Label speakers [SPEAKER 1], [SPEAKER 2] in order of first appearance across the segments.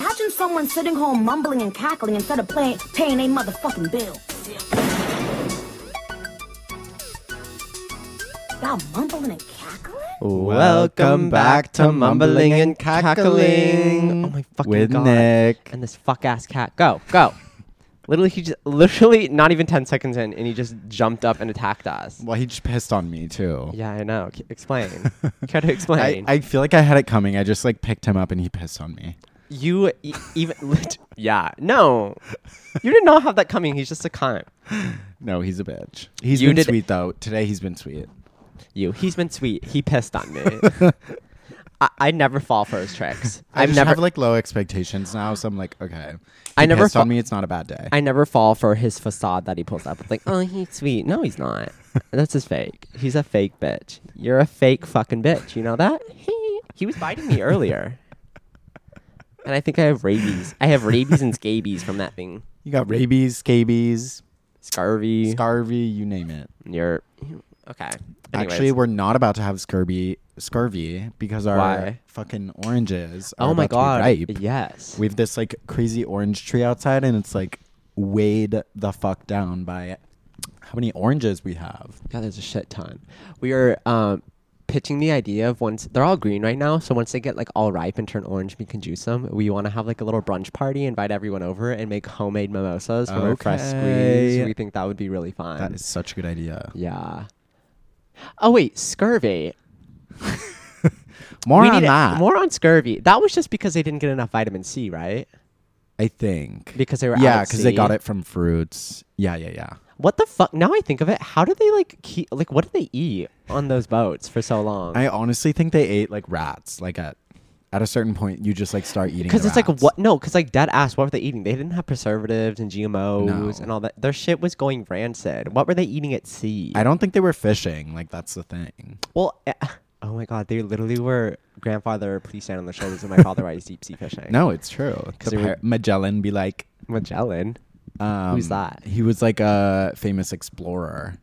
[SPEAKER 1] Isn't someone sitting home mumbling and cackling instead of play, paying a motherfucking bill? Y'all mumbling and cackling?
[SPEAKER 2] Welcome back to Mumbling and Cackling.
[SPEAKER 3] Oh my fucking
[SPEAKER 2] With
[SPEAKER 3] god!
[SPEAKER 2] Nick.
[SPEAKER 3] And this fuck ass cat. Go, go. literally, he just literally not even ten seconds in, and he just jumped up and attacked us.
[SPEAKER 2] Well, he just pissed on me too.
[SPEAKER 3] Yeah, I know. C- explain. Try to
[SPEAKER 2] I,
[SPEAKER 3] explain.
[SPEAKER 2] I feel like I had it coming. I just like picked him up and he pissed on me.
[SPEAKER 3] you e- even. lit- yeah. No. You did not have that coming. He's just a cunt.
[SPEAKER 2] No, he's a bitch. He's
[SPEAKER 3] You
[SPEAKER 2] been
[SPEAKER 3] did-
[SPEAKER 2] sweet though. Today he's been sweet.
[SPEAKER 3] You. He's been sweet. He pissed on me. I, I never fall for his tricks.
[SPEAKER 2] I
[SPEAKER 3] I've
[SPEAKER 2] just
[SPEAKER 3] never.
[SPEAKER 2] have like low expectations now, so I'm like, okay.
[SPEAKER 3] I
[SPEAKER 2] He
[SPEAKER 3] never
[SPEAKER 2] pissed on
[SPEAKER 3] fo-
[SPEAKER 2] me. It's not a bad day.
[SPEAKER 3] I never fall for his facade that he pulls up. It's like, oh, he's sweet. No, he's not. That's his fake. He's a fake bitch. You're a fake fucking bitch. You know that? He, he was biting me earlier. And I think I have rabies. I have rabies and scabies from that thing.
[SPEAKER 2] you got rabies, scabies,
[SPEAKER 3] Scurvy.
[SPEAKER 2] scurvy, you name it.
[SPEAKER 3] You're. Okay. Anyways.
[SPEAKER 2] Actually, we're not about to have scurvy, scurvy because our
[SPEAKER 3] Why?
[SPEAKER 2] fucking oranges. Are
[SPEAKER 3] Oh my god.
[SPEAKER 2] about to be ripe.
[SPEAKER 3] Yes.
[SPEAKER 2] We have this like crazy orange tree outside, and it's like weighed the fuck down by how many oranges we have.
[SPEAKER 3] God, there's a shit ton. We are um, pitching the idea of once they're all green right now, so once they get like all ripe and turn orange, we can juice them. We want to have like a little brunch party, invite everyone over, and make homemade mimosas from our fresh squeeze.
[SPEAKER 2] Okay.
[SPEAKER 3] We think that would be really fun.
[SPEAKER 2] That is such a good idea.
[SPEAKER 3] yeah. Oh wait, scurvy.
[SPEAKER 2] More
[SPEAKER 3] we
[SPEAKER 2] on
[SPEAKER 3] need
[SPEAKER 2] that.
[SPEAKER 3] More on scurvy. That was just because they didn't get enough vitamin C, right?
[SPEAKER 2] I think
[SPEAKER 3] Because they were out
[SPEAKER 2] yeah,
[SPEAKER 3] at
[SPEAKER 2] because they got
[SPEAKER 3] sea.
[SPEAKER 2] it from fruits. Yeah, yeah, yeah.
[SPEAKER 3] What the fuck? Now I think of it, how did they like keep like what did they eat on those boats for so long?
[SPEAKER 2] I honestly think they ate like rats. Like at at a certain point, you just like start eating.
[SPEAKER 3] Because
[SPEAKER 2] the
[SPEAKER 3] it's like
[SPEAKER 2] rats.
[SPEAKER 3] what? No, because like dead ass. What were they eating? They didn't have preservatives and GMOs and
[SPEAKER 2] No.
[SPEAKER 3] all that. Their shit was going rancid. What were they eating at sea?
[SPEAKER 2] I don't think they were fishing. Like that's the thing.
[SPEAKER 3] well, eh, oh my god, they literally were. Grandfather, please stand on the shoulders of my father while he's deep sea fishing.
[SPEAKER 2] No, it's true. Because
[SPEAKER 3] they were-
[SPEAKER 2] Magellan be like,
[SPEAKER 3] Magellan.
[SPEAKER 2] um,
[SPEAKER 3] Who's that?
[SPEAKER 2] He was like a famous explorer.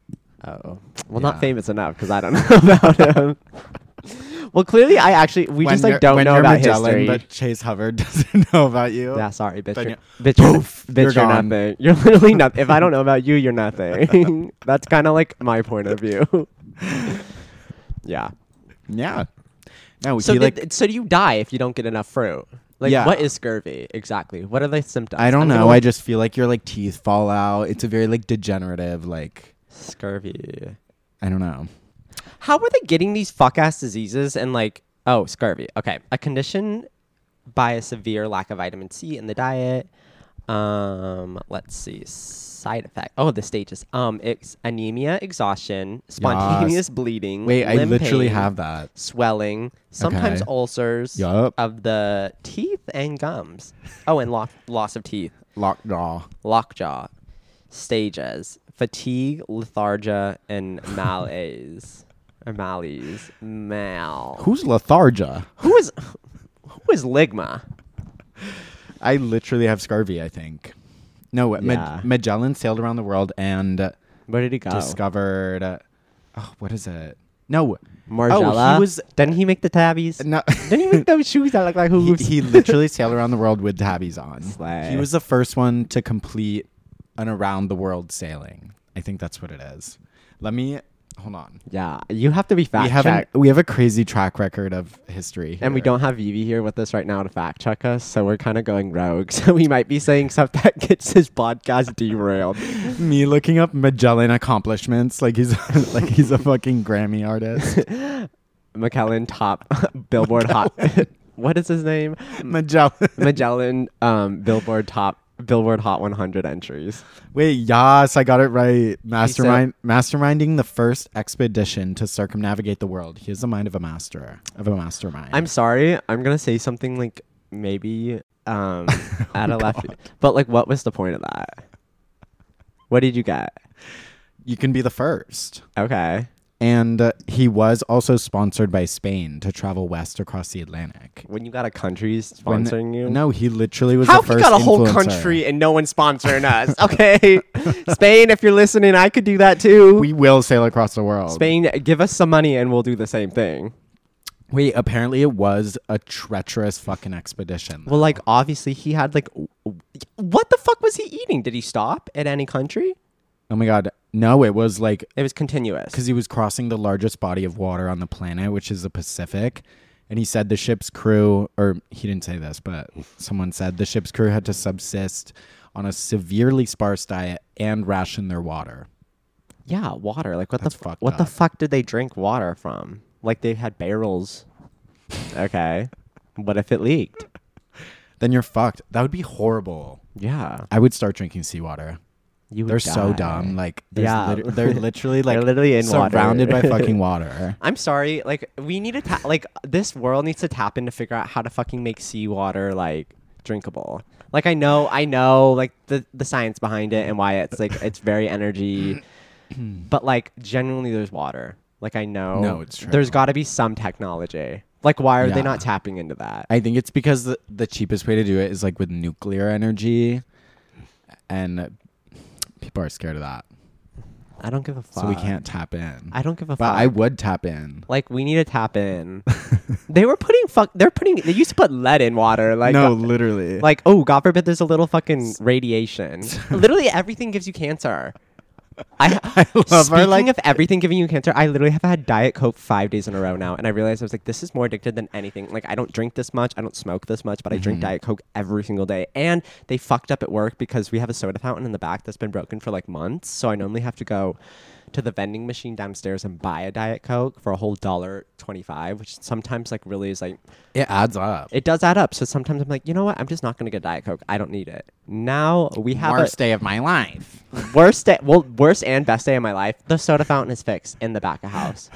[SPEAKER 3] Oh, well, not
[SPEAKER 2] Yeah.
[SPEAKER 3] famous enough because I don't know about him. well, clearly, I actually we just like
[SPEAKER 2] you're-
[SPEAKER 3] don't
[SPEAKER 2] when
[SPEAKER 3] know
[SPEAKER 2] you're
[SPEAKER 3] about
[SPEAKER 2] Magellan,
[SPEAKER 3] history.
[SPEAKER 2] But Chase Hubbard doesn't know about you.
[SPEAKER 3] yeah, sorry, bitch.
[SPEAKER 2] Then
[SPEAKER 3] You're,
[SPEAKER 2] you-
[SPEAKER 3] bitch, you're-
[SPEAKER 2] poof,
[SPEAKER 3] bitch,
[SPEAKER 2] you're
[SPEAKER 3] you're
[SPEAKER 2] gone.
[SPEAKER 3] nothing. You're literally nothing. if I don't know about you, you're nothing. That's kind of like my point of view. yeah.
[SPEAKER 2] Yeah. No,
[SPEAKER 3] So,
[SPEAKER 2] he
[SPEAKER 3] did-
[SPEAKER 2] like
[SPEAKER 3] so do you die if you don't get enough fruit? Like,
[SPEAKER 2] Yeah.
[SPEAKER 3] what is scurvy exactly? What are the symptoms?
[SPEAKER 2] I don't
[SPEAKER 3] I'm gonna
[SPEAKER 2] know. I
[SPEAKER 3] look-
[SPEAKER 2] just feel like your like teeth fall out. It's a very like degenerative like
[SPEAKER 3] scurvy.
[SPEAKER 2] I don't know.
[SPEAKER 3] How are they getting these fuck ass diseases and like, oh, scurvy? Okay, a condition by a severe lack of vitamin C in the diet. Um, let's see. Side effect. Oh, the stages. Um, it's anemia, exhaustion, spontaneous bleeding.
[SPEAKER 2] Wait, I
[SPEAKER 3] limb
[SPEAKER 2] literally
[SPEAKER 3] pain,
[SPEAKER 2] have that.
[SPEAKER 3] swelling, sometimes
[SPEAKER 2] Okay.
[SPEAKER 3] ulcers
[SPEAKER 2] Yup.
[SPEAKER 3] of the teeth and gums. Oh, and lo- loss of teeth,
[SPEAKER 2] Lockjaw.
[SPEAKER 3] lockjaw, stages, fatigue, lethargia, and malaise. Or malaise. Mal.
[SPEAKER 2] Who's lethargia?
[SPEAKER 3] who is who is ligma?
[SPEAKER 2] I literally have scurvy, I think. No, Ma-
[SPEAKER 3] Yeah. Oh.
[SPEAKER 2] Magellan sailed around the world and
[SPEAKER 3] Where did he go?
[SPEAKER 2] discovered uh, oh, what is it? No.
[SPEAKER 3] Margiela.
[SPEAKER 2] Oh, he was
[SPEAKER 3] Didn't he make the tabbies?
[SPEAKER 2] no
[SPEAKER 3] Didn't he make those shoes that look like
[SPEAKER 2] he,
[SPEAKER 3] hooves?
[SPEAKER 2] he literally sailed around the world with tabbies on.
[SPEAKER 3] Slay.
[SPEAKER 2] He was the first one to complete an around the world sailing. I think that's what it is. Let me hold on.
[SPEAKER 3] yeah, you have to be fact
[SPEAKER 2] we have an,
[SPEAKER 3] checked.
[SPEAKER 2] we have a crazy track record of history,
[SPEAKER 3] And we
[SPEAKER 2] here.
[SPEAKER 3] don't have Vivi here with us right now to fact check us, so we're kind of going rogue. So we might be saying stuff that gets this podcast derailed.
[SPEAKER 2] me looking up Magellan accomplishments like he's like he's a fucking Grammy artist.
[SPEAKER 3] McKellen top Billboard hot. what is his name?
[SPEAKER 2] Magellan.
[SPEAKER 3] Magellan um, Billboard top Billboard Hot 100 entries.
[SPEAKER 2] Wait, yes, I got it right. Mastermind, masterminding the first expedition to circumnavigate the world. He has the mind of a master, of a mastermind.
[SPEAKER 3] I'm sorry, I'm gonna say something like maybe um, out of left, but like, what was the point of that? What did you get?
[SPEAKER 2] you can be the first.
[SPEAKER 3] Okay,
[SPEAKER 2] And uh, he was also sponsored by Spain to travel west across the Atlantic.
[SPEAKER 3] when you got a country
[SPEAKER 2] When-
[SPEAKER 3] sponsoring you,
[SPEAKER 2] No, he literally was
[SPEAKER 3] How
[SPEAKER 2] the
[SPEAKER 3] we
[SPEAKER 2] first
[SPEAKER 3] got a whole
[SPEAKER 2] influencer.
[SPEAKER 3] country and no one's sponsoring us? Okay, Spain, if you're listening, I could do that too.
[SPEAKER 2] We will sail across the world.
[SPEAKER 3] Spain, give us some money and we'll do the same thing.
[SPEAKER 2] Wait, apparently it was a treacherous fucking expedition.
[SPEAKER 3] Well, like obviously he had like, w- w- what the fuck was he eating? Did he stop at any country?
[SPEAKER 2] oh my god. No, it was like
[SPEAKER 3] It was continuous.
[SPEAKER 2] because he was crossing the largest body of water on the planet, which is the Pacific. And he said the ship's crew, or he didn't say this, but someone said the ship's crew had to subsist on a severely sparse diet and ration their water.
[SPEAKER 3] yeah, water. Like what
[SPEAKER 2] That's
[SPEAKER 3] the f-
[SPEAKER 2] fucked
[SPEAKER 3] what the
[SPEAKER 2] up.
[SPEAKER 3] fuck did they drink water from? Like they had barrels. okay, what if it leaked?
[SPEAKER 2] Then you're fucked. That would be horrible.
[SPEAKER 3] Yeah,
[SPEAKER 2] I would start drinking seawater.
[SPEAKER 3] you. would
[SPEAKER 2] They're so
[SPEAKER 3] die.
[SPEAKER 2] dumb. Like, there's
[SPEAKER 3] Yeah.
[SPEAKER 2] lit- they're literally like
[SPEAKER 3] They're literally in water.
[SPEAKER 2] surrounded by fucking water.
[SPEAKER 3] I'm sorry. Like we need to ta- like this world needs to tap in to figure out how to fucking make seawater like drinkable. Like I know, I know, like the the science behind it and why it's like it's very energy, but like genuinely, there's water. Like I know,
[SPEAKER 2] No, it's true.
[SPEAKER 3] There's got to be some technology. Like why are they
[SPEAKER 2] Yeah.
[SPEAKER 3] not tapping into that?
[SPEAKER 2] I think it's because the, the cheapest way to do it is like with nuclear energy, and people are scared of that,
[SPEAKER 3] I don't give a fuck.
[SPEAKER 2] so we can't tap in.
[SPEAKER 3] I don't give a
[SPEAKER 2] but
[SPEAKER 3] fuck.
[SPEAKER 2] I would tap in.
[SPEAKER 3] like we need to tap in. they were putting fuck. They're putting. They used to put lead in water. Like
[SPEAKER 2] no,
[SPEAKER 3] uh,
[SPEAKER 2] literally.
[SPEAKER 3] Like, oh, God forbid there's a little fucking radiation. literally everything gives you cancer. I,
[SPEAKER 2] love our,
[SPEAKER 3] speaking
[SPEAKER 2] like-
[SPEAKER 3] of everything giving you cancer, I literally have had Diet Coke five days in a row now, and I realized I was like, this is more addicted than anything. Like, I don't drink this much, I don't smoke this much, but I
[SPEAKER 2] Mm-hmm.
[SPEAKER 3] drink Diet Coke every single day. And they fucked up at work because we have a soda fountain in the back that's been broken for like months, so I normally have to go to the vending machine downstairs and buy a Diet Coke for a whole dollar twenty-five, which sometimes like really is like
[SPEAKER 2] it adds up.
[SPEAKER 3] it does add up. So sometimes I'm like, you know what? I'm just not going to get Diet Coke. I don't need it. Now we have
[SPEAKER 2] Worst
[SPEAKER 3] worst,
[SPEAKER 2] day of my life.
[SPEAKER 3] a, worst day, well, worst and best day of my life. The soda fountain is fixed in the back of house.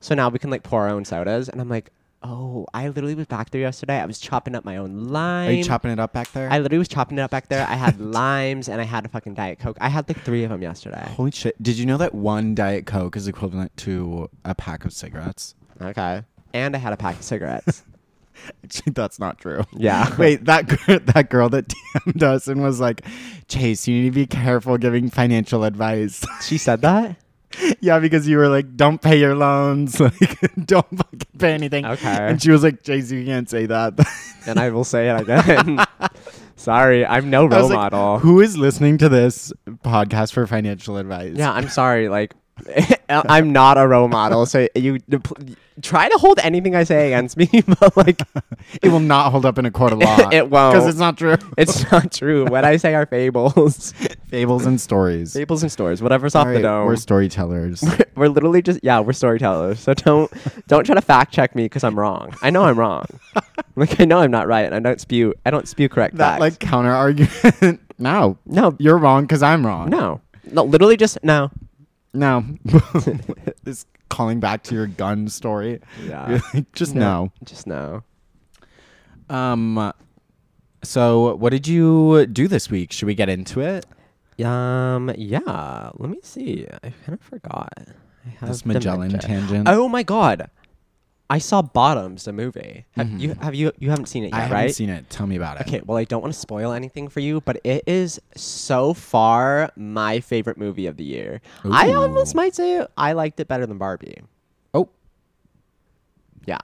[SPEAKER 3] so now we can like pour our own sodas. And I'm like, oh, I literally was back there yesterday. I was chopping up my own lime.
[SPEAKER 2] Are you chopping it up back there?
[SPEAKER 3] I literally was chopping it up back there. I had limes and I had a fucking Diet Coke. I had like three of them yesterday.
[SPEAKER 2] Holy shit! Did you know that one diet coke is equivalent to a pack of cigarettes?
[SPEAKER 3] Okay. And I had a pack of cigarettes.
[SPEAKER 2] Actually, that's not true.
[SPEAKER 3] Yeah.
[SPEAKER 2] Wait, that gir- that girl that DM'd us and was like, Chase, you need to be careful giving financial advice.
[SPEAKER 3] she said that?
[SPEAKER 2] yeah, because you were like, don't pay your loans, like, don't fucking pay anything.
[SPEAKER 3] Okay.
[SPEAKER 2] And she was like, Chase, you can't say that.
[SPEAKER 3] And I will say it again. Sorry, I'm no
[SPEAKER 2] I
[SPEAKER 3] role
[SPEAKER 2] was like,
[SPEAKER 3] model.
[SPEAKER 2] Who is listening to this podcast for financial advice?
[SPEAKER 3] Yeah, I'm sorry. Like, I'm not a role model, so you you pl- try to hold anything I say against me, but like,
[SPEAKER 2] It will not hold up in a court of law.
[SPEAKER 3] It won't.
[SPEAKER 2] Because it's not true.
[SPEAKER 3] it's not true. What I say are fables,
[SPEAKER 2] Fables and stories.
[SPEAKER 3] fables and stories, whatever's off
[SPEAKER 2] All
[SPEAKER 3] the
[SPEAKER 2] right,
[SPEAKER 3] dome.
[SPEAKER 2] We're storytellers.
[SPEAKER 3] We're literally just yeah, we're storytellers. So don't don't try to fact check me because I'm wrong. I know I'm wrong. like I know I'm not right, and I don't spew I don't spew correct
[SPEAKER 2] that
[SPEAKER 3] facts.
[SPEAKER 2] like counter argument. no.
[SPEAKER 3] no,
[SPEAKER 2] You're wrong because I'm wrong.
[SPEAKER 3] no, no, literally just no.
[SPEAKER 2] No. this calling back to your gun story.
[SPEAKER 3] Yeah.
[SPEAKER 2] You're like, just no.
[SPEAKER 3] just no.
[SPEAKER 2] Um so what did you do this week? Should we get into it?
[SPEAKER 3] Um. Yeah. Let me see. I kind of forgot. I have
[SPEAKER 2] This Magellan
[SPEAKER 3] dementia.
[SPEAKER 2] tangent.
[SPEAKER 3] Oh my god! I saw Bottoms, the movie. Have you? Have you? You haven't seen it yet,
[SPEAKER 2] Mm-hmm. I haven't
[SPEAKER 3] right?
[SPEAKER 2] seen it. Tell me about it.
[SPEAKER 3] Okay. Well, I don't want to spoil anything for you, but it is so far my favorite movie of the year. I
[SPEAKER 2] Ooh.
[SPEAKER 3] almost might say I liked it better than Barbie.
[SPEAKER 2] Oh.
[SPEAKER 3] Yeah.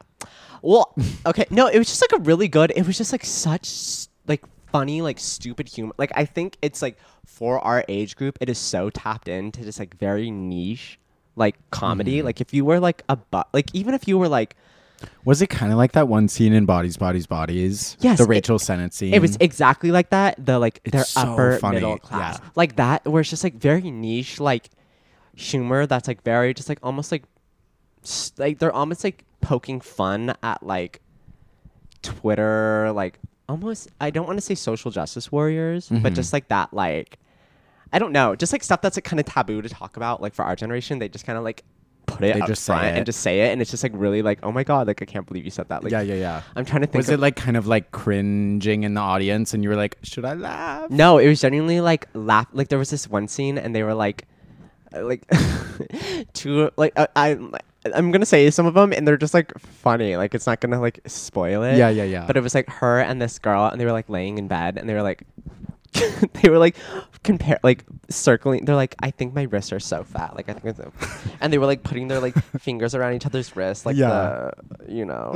[SPEAKER 3] Well, okay. No, it was just like a really good. It was just like such s- like funny, like stupid humor. Like I think it's like for our age group, it is so tapped into just like very niche like comedy. Like if you were like a but, like even if you were like
[SPEAKER 2] Was it kind of like that one scene in Bodies, Bodies, Bodies?
[SPEAKER 3] Yes,
[SPEAKER 2] The
[SPEAKER 3] it-
[SPEAKER 2] Rachel Sennett scene.
[SPEAKER 3] It was exactly like that. The like their
[SPEAKER 2] so
[SPEAKER 3] upper
[SPEAKER 2] funny,
[SPEAKER 3] middle class,
[SPEAKER 2] yeah.
[SPEAKER 3] like that, where it's just like very niche, like humor that's like very just like almost like s- like they're almost like poking fun at like Twitter, like almost. I don't want to say social justice warriors,
[SPEAKER 2] Mm-hmm.
[SPEAKER 3] but just like that, like I don't know, just like stuff that's like kind of taboo to talk about, like for our generation. They just kind of like put it
[SPEAKER 2] They
[SPEAKER 3] up
[SPEAKER 2] just say
[SPEAKER 3] front and
[SPEAKER 2] it.
[SPEAKER 3] just say it, and it's just like really like oh my god, like I can't believe you said that. Like
[SPEAKER 2] yeah, yeah, yeah.
[SPEAKER 3] I'm trying to think.
[SPEAKER 2] was
[SPEAKER 3] of-
[SPEAKER 2] it like kind of like cringing in the audience and you were like, should I laugh?
[SPEAKER 3] No, it was genuinely like laugh. Like there was this one scene, and they were like, uh, like two like uh, I. I'm gonna say some of them, and they're just like funny. Like it's not gonna like spoil it.
[SPEAKER 2] Yeah, yeah, yeah.
[SPEAKER 3] But it was like her and this girl, and they were like laying in bed, and they were like they were like compare like circling they're like i think my wrists are so fat like i think it's so and they were like putting their like fingers around each other's wrists like
[SPEAKER 2] Yeah.
[SPEAKER 3] the, you know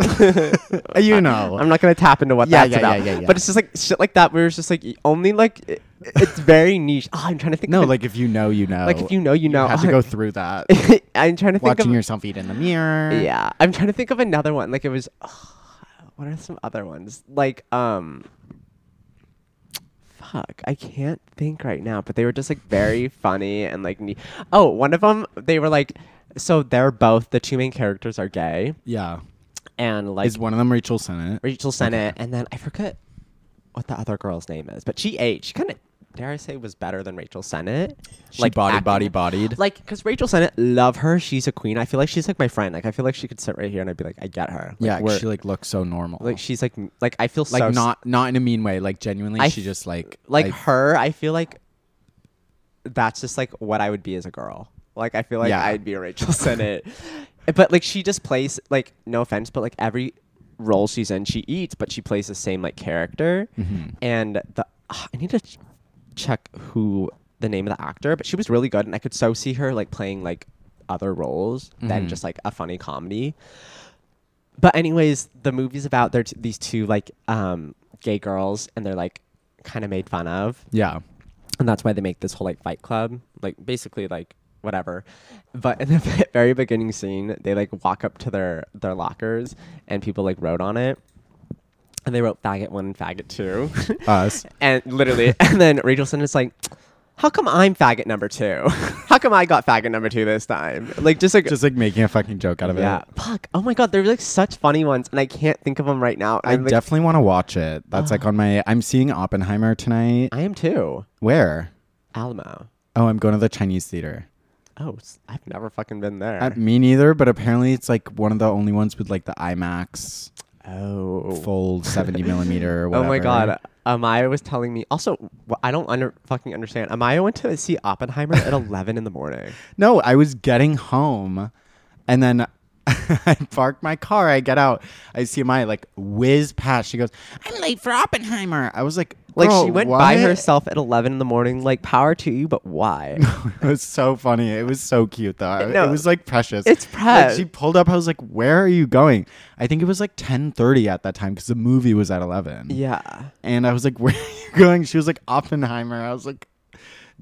[SPEAKER 2] uh, you know.
[SPEAKER 3] i'm not gonna tap into what
[SPEAKER 2] Yeah,
[SPEAKER 3] that's
[SPEAKER 2] yeah, yeah,
[SPEAKER 3] about
[SPEAKER 2] yeah, yeah.
[SPEAKER 3] but it's just like shit like that where it's just like y- only like i- it's very niche oh, i'm trying to think
[SPEAKER 2] no,
[SPEAKER 3] of it-
[SPEAKER 2] like if you know, you know.
[SPEAKER 3] like if you know you know
[SPEAKER 2] you have to go through that.
[SPEAKER 3] i'm trying to think of
[SPEAKER 2] Watching yourself eat in the mirror.
[SPEAKER 3] yeah i'm trying to think of another one like it was what are some other ones like um fuck i can't think right now but they were just like very funny and like ne- oh one of them they were like so they're both the two main characters are gay
[SPEAKER 2] Yeah.
[SPEAKER 3] and like
[SPEAKER 2] Is one of them Rachel Sennett?
[SPEAKER 3] rachel sennett and then i forget what the other girl's name is but she ate she kind of dare i say was better than rachel sennett
[SPEAKER 2] She body, body, bodied.
[SPEAKER 3] like, because Rachel Sennett, love her. She's a queen. I feel like she's like my friend. Like, I feel like she could sit right here and I'd be like, I get her. Like,
[SPEAKER 2] yeah,
[SPEAKER 3] we're-
[SPEAKER 2] she like looks so normal.
[SPEAKER 3] like she's like m- like I feel
[SPEAKER 2] like
[SPEAKER 3] so s-
[SPEAKER 2] not not in a mean way. Like genuinely,
[SPEAKER 3] I
[SPEAKER 2] she
[SPEAKER 3] f-
[SPEAKER 2] just like
[SPEAKER 3] like
[SPEAKER 2] I-
[SPEAKER 3] her. I feel like that's just like what I would be as a girl. Like I feel like
[SPEAKER 2] Yeah.
[SPEAKER 3] I'd be a Rachel Sennett, but like she just plays like no offense, but like every role she's in, she eats, but she plays the same like character. And the ah, I need to ch- check who the name of the actor, but she was really good, and I could so see her like playing like other roles than just like a funny comedy but anyways, the movie's about their t- these two like um, gay girls, and they're like kind of made fun of,
[SPEAKER 2] Yeah.
[SPEAKER 3] and that's why they make this whole like fight club, like basically like whatever. But in the ve- very beginning scene, they like walk up to their their lockers, and people like wrote on it, and they wrote faggot one and faggot two,
[SPEAKER 2] Us.
[SPEAKER 3] and literally, and then Rachel Sennett's like. How come I'm faggot number two? How come I got faggot number two this time? Like just like
[SPEAKER 2] Just like making a fucking joke out of
[SPEAKER 3] yeah.
[SPEAKER 2] it.
[SPEAKER 3] Fuck. Oh my god, they're like such funny ones, and I can't think of them right now.
[SPEAKER 2] I
[SPEAKER 3] I'm like,
[SPEAKER 2] definitely want to watch it. That's like on my. I'm seeing Oppenheimer tonight.
[SPEAKER 3] I am too.
[SPEAKER 2] Where?
[SPEAKER 3] Alamo.
[SPEAKER 2] Oh, I'm going to the Chinese theater.
[SPEAKER 3] Oh, s- I've never fucking been there.
[SPEAKER 2] Uh, me neither, but apparently it's like one of the only ones with like the IMAX
[SPEAKER 3] oh.
[SPEAKER 2] full 70 millimeter. Or
[SPEAKER 3] oh
[SPEAKER 2] whatever.
[SPEAKER 3] my god. Amaya was telling me. Also, wh- I don't under fucking understand. Amaya went to see Oppenheimer at eleven in the morning.
[SPEAKER 2] No, I was getting home and then I parked my car. I get out. I see my like whiz past. She goes, I'm late for Oppenheimer. I was like,
[SPEAKER 3] Like
[SPEAKER 2] "Girl,
[SPEAKER 3] she went by
[SPEAKER 2] what?"
[SPEAKER 3] herself at eleven in the morning. Like power to you, but why?
[SPEAKER 2] it was so funny. It was so cute though.
[SPEAKER 3] No,
[SPEAKER 2] it was like precious.
[SPEAKER 3] it's
[SPEAKER 2] Like,
[SPEAKER 3] precious.
[SPEAKER 2] she pulled up. I was like, "Where are you going?" I think it was like ten thirty at that time because the movie was at eleven.
[SPEAKER 3] yeah.
[SPEAKER 2] And I was like, "Where are you going?" She was like, "Oppenheimer." I was like,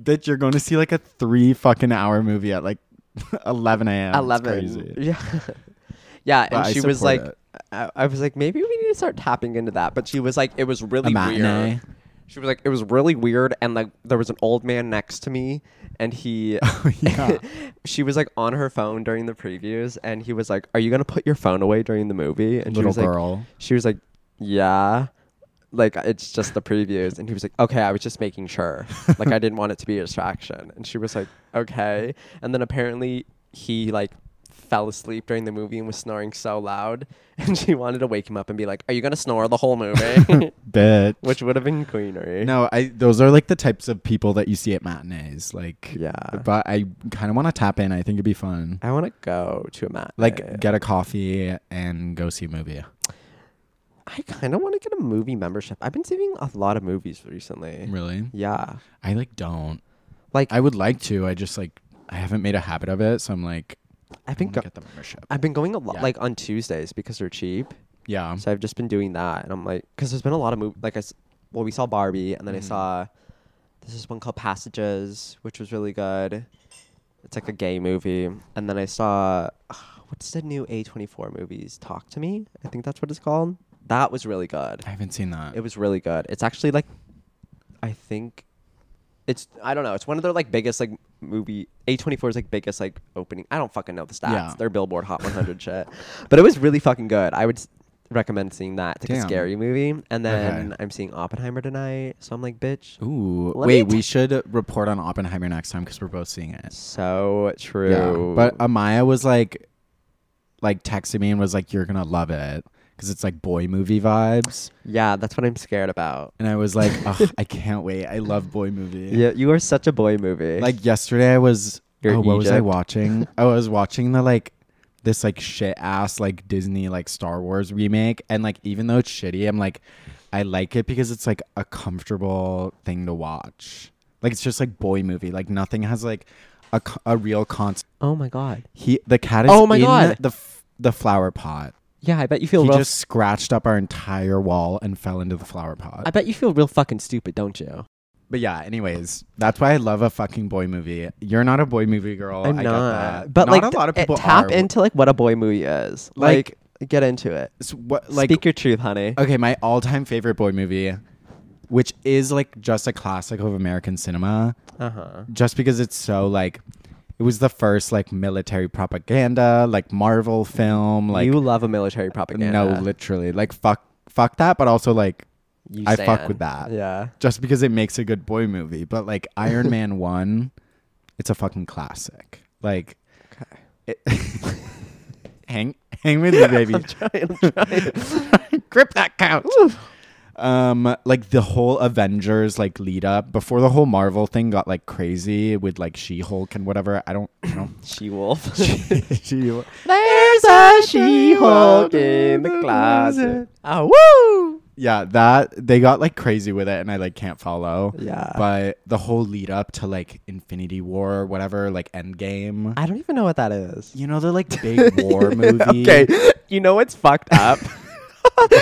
[SPEAKER 2] "Bitch, you're going to see like a three fucking hour movie at like eleven a.m." It's
[SPEAKER 3] eleven.
[SPEAKER 2] crazy.
[SPEAKER 3] Yeah, yeah. And
[SPEAKER 2] I
[SPEAKER 3] she was
[SPEAKER 2] support
[SPEAKER 3] like,
[SPEAKER 2] it.
[SPEAKER 3] I, I was like, maybe we need to start tapping into that. But she was like, it was really
[SPEAKER 2] matinee?
[SPEAKER 3] weird. She was like, it was really weird, and like there was an old man next to me, and he.
[SPEAKER 2] Oh, yeah.
[SPEAKER 3] she was like on her phone during the previews, and he was like, "Are you gonna put your phone away during the movie?" And
[SPEAKER 2] Little
[SPEAKER 3] she was like,
[SPEAKER 2] girl.
[SPEAKER 3] she was like, "Yeah." Like uh, it's just the previews, and he was like, "Okay, I was just making sure. Like I didn't want it to be a distraction." And she was like, "Okay." And then apparently he like fell asleep during the movie and was snoring so loud, and she wanted to wake him up and be like, "Are you gonna snore the whole movie?"
[SPEAKER 2] Bitch.
[SPEAKER 3] Which would have been queenery.
[SPEAKER 2] No, I those are like the types of people that you see at matinees. Like,
[SPEAKER 3] Yeah.
[SPEAKER 2] But I kind of want to tap in. I think it'd be fun.
[SPEAKER 3] I want to go to a mat.
[SPEAKER 2] Like, get a coffee and go see a movie.
[SPEAKER 3] I kind of want to get a movie membership. I've been saving a lot of movies recently.
[SPEAKER 2] Really?
[SPEAKER 3] Yeah.
[SPEAKER 2] I like don't.
[SPEAKER 3] Like
[SPEAKER 2] I
[SPEAKER 3] I,
[SPEAKER 2] would like to. I just like I haven't made a habit of it, so I'm like
[SPEAKER 3] have
[SPEAKER 2] I
[SPEAKER 3] been
[SPEAKER 2] want to
[SPEAKER 3] go-
[SPEAKER 2] get the membership.
[SPEAKER 3] I've been going a lot
[SPEAKER 2] Yeah.
[SPEAKER 3] like on Tuesdays because they're cheap.
[SPEAKER 2] Yeah.
[SPEAKER 3] So I've just been doing that and I'm like cuz there's been a lot of movies like I s- well we saw Barbie and then I saw this is one called Passages which was really good. It's like a gay movie and then I saw what's the new A24 movies Talk to Me? I think that's what it's called. That was really good.
[SPEAKER 2] I haven't seen that.
[SPEAKER 3] It was really good. It's actually like, I think, it's I don't know. It's one of their like biggest like movie A 24s like biggest like opening. I don't fucking know the stats.
[SPEAKER 2] Yeah.
[SPEAKER 3] They're Billboard Hot 100 shit, but it was really fucking good. I would s- recommend seeing that. It's like
[SPEAKER 2] Damn.
[SPEAKER 3] a scary movie, and then
[SPEAKER 2] Okay.
[SPEAKER 3] I'm seeing Oppenheimer tonight. So I'm like, bitch.
[SPEAKER 2] Ooh.
[SPEAKER 3] Let
[SPEAKER 2] Wait,
[SPEAKER 3] me t-
[SPEAKER 2] we should report on Oppenheimer next time because we're both seeing it.
[SPEAKER 3] So
[SPEAKER 2] Yeah.
[SPEAKER 3] true.
[SPEAKER 2] But uh, Amaya was like, like texted me and was like, "You're gonna love it." Because it's like boy movie vibes,
[SPEAKER 3] yeah, that's what I'm scared about.
[SPEAKER 2] and I was like, Ugh, "I can't wait! I love boy movie."
[SPEAKER 3] Yeah, you are such a boy movie.
[SPEAKER 2] like yesterday I was
[SPEAKER 3] Your
[SPEAKER 2] oh, what was I
[SPEAKER 3] Egypt.
[SPEAKER 2] watching? oh, I was watching the like this like shit ass like Disney like Star Wars remake and like even though it's shitty, I'm like I I like it because it's like a comfortable thing to watch. Like it's just like boy movie. Like nothing has like a, co- a real concept.
[SPEAKER 3] Oh my god.
[SPEAKER 2] He the cat is
[SPEAKER 3] Oh my
[SPEAKER 2] in
[SPEAKER 3] God.
[SPEAKER 2] the f- the flower pot.
[SPEAKER 3] Yeah, I bet you feel
[SPEAKER 2] He
[SPEAKER 3] real.
[SPEAKER 2] just scratched up our entire wall and fell into the flower pot.
[SPEAKER 3] I bet you feel real fucking stupid, don't you?
[SPEAKER 2] but yeah, anyways, that's why I love a fucking boy movie. You're not a boy movie girl.
[SPEAKER 3] I'm
[SPEAKER 2] I get
[SPEAKER 3] not.
[SPEAKER 2] that.
[SPEAKER 3] Oh, But
[SPEAKER 2] Not
[SPEAKER 3] like
[SPEAKER 2] a lot of
[SPEAKER 3] t-
[SPEAKER 2] people
[SPEAKER 3] tap
[SPEAKER 2] are.
[SPEAKER 3] into like what a boy movie is. Like,
[SPEAKER 2] Like-
[SPEAKER 3] get into it.
[SPEAKER 2] It's what like
[SPEAKER 3] Speak your truth, honey.
[SPEAKER 2] Okay, my all-time favorite boy movie, which is like just a classic of American cinema,
[SPEAKER 3] Uh huh.
[SPEAKER 2] just because it's so like it was the first like military propaganda, like Marvel film, like
[SPEAKER 3] you love a military propaganda.
[SPEAKER 2] no, literally, like fuck, fuck that, but also like
[SPEAKER 3] You
[SPEAKER 2] I fuck
[SPEAKER 3] stand.
[SPEAKER 2] with that.
[SPEAKER 3] Yeah.
[SPEAKER 2] just because it makes a good boy movie. But like Iron Man One, it's a fucking classic. Like, it, hang hang with me, baby. Grip that couch. Um, like the whole Avengers like lead up before the whole Marvel thing got like crazy with like She Hulk and whatever. I don't, I don't.
[SPEAKER 3] She wolf.
[SPEAKER 2] she,
[SPEAKER 3] There's a she hulk in the closet. Oh woo!
[SPEAKER 2] yeah, that they got like crazy with it, and I like can't follow.
[SPEAKER 3] Yeah.
[SPEAKER 2] but the whole lead up to like Infinity War or whatever, like Endgame.
[SPEAKER 3] I don't even know what that is.
[SPEAKER 2] You know the like big war movie.
[SPEAKER 3] Okay, you know what's fucked up?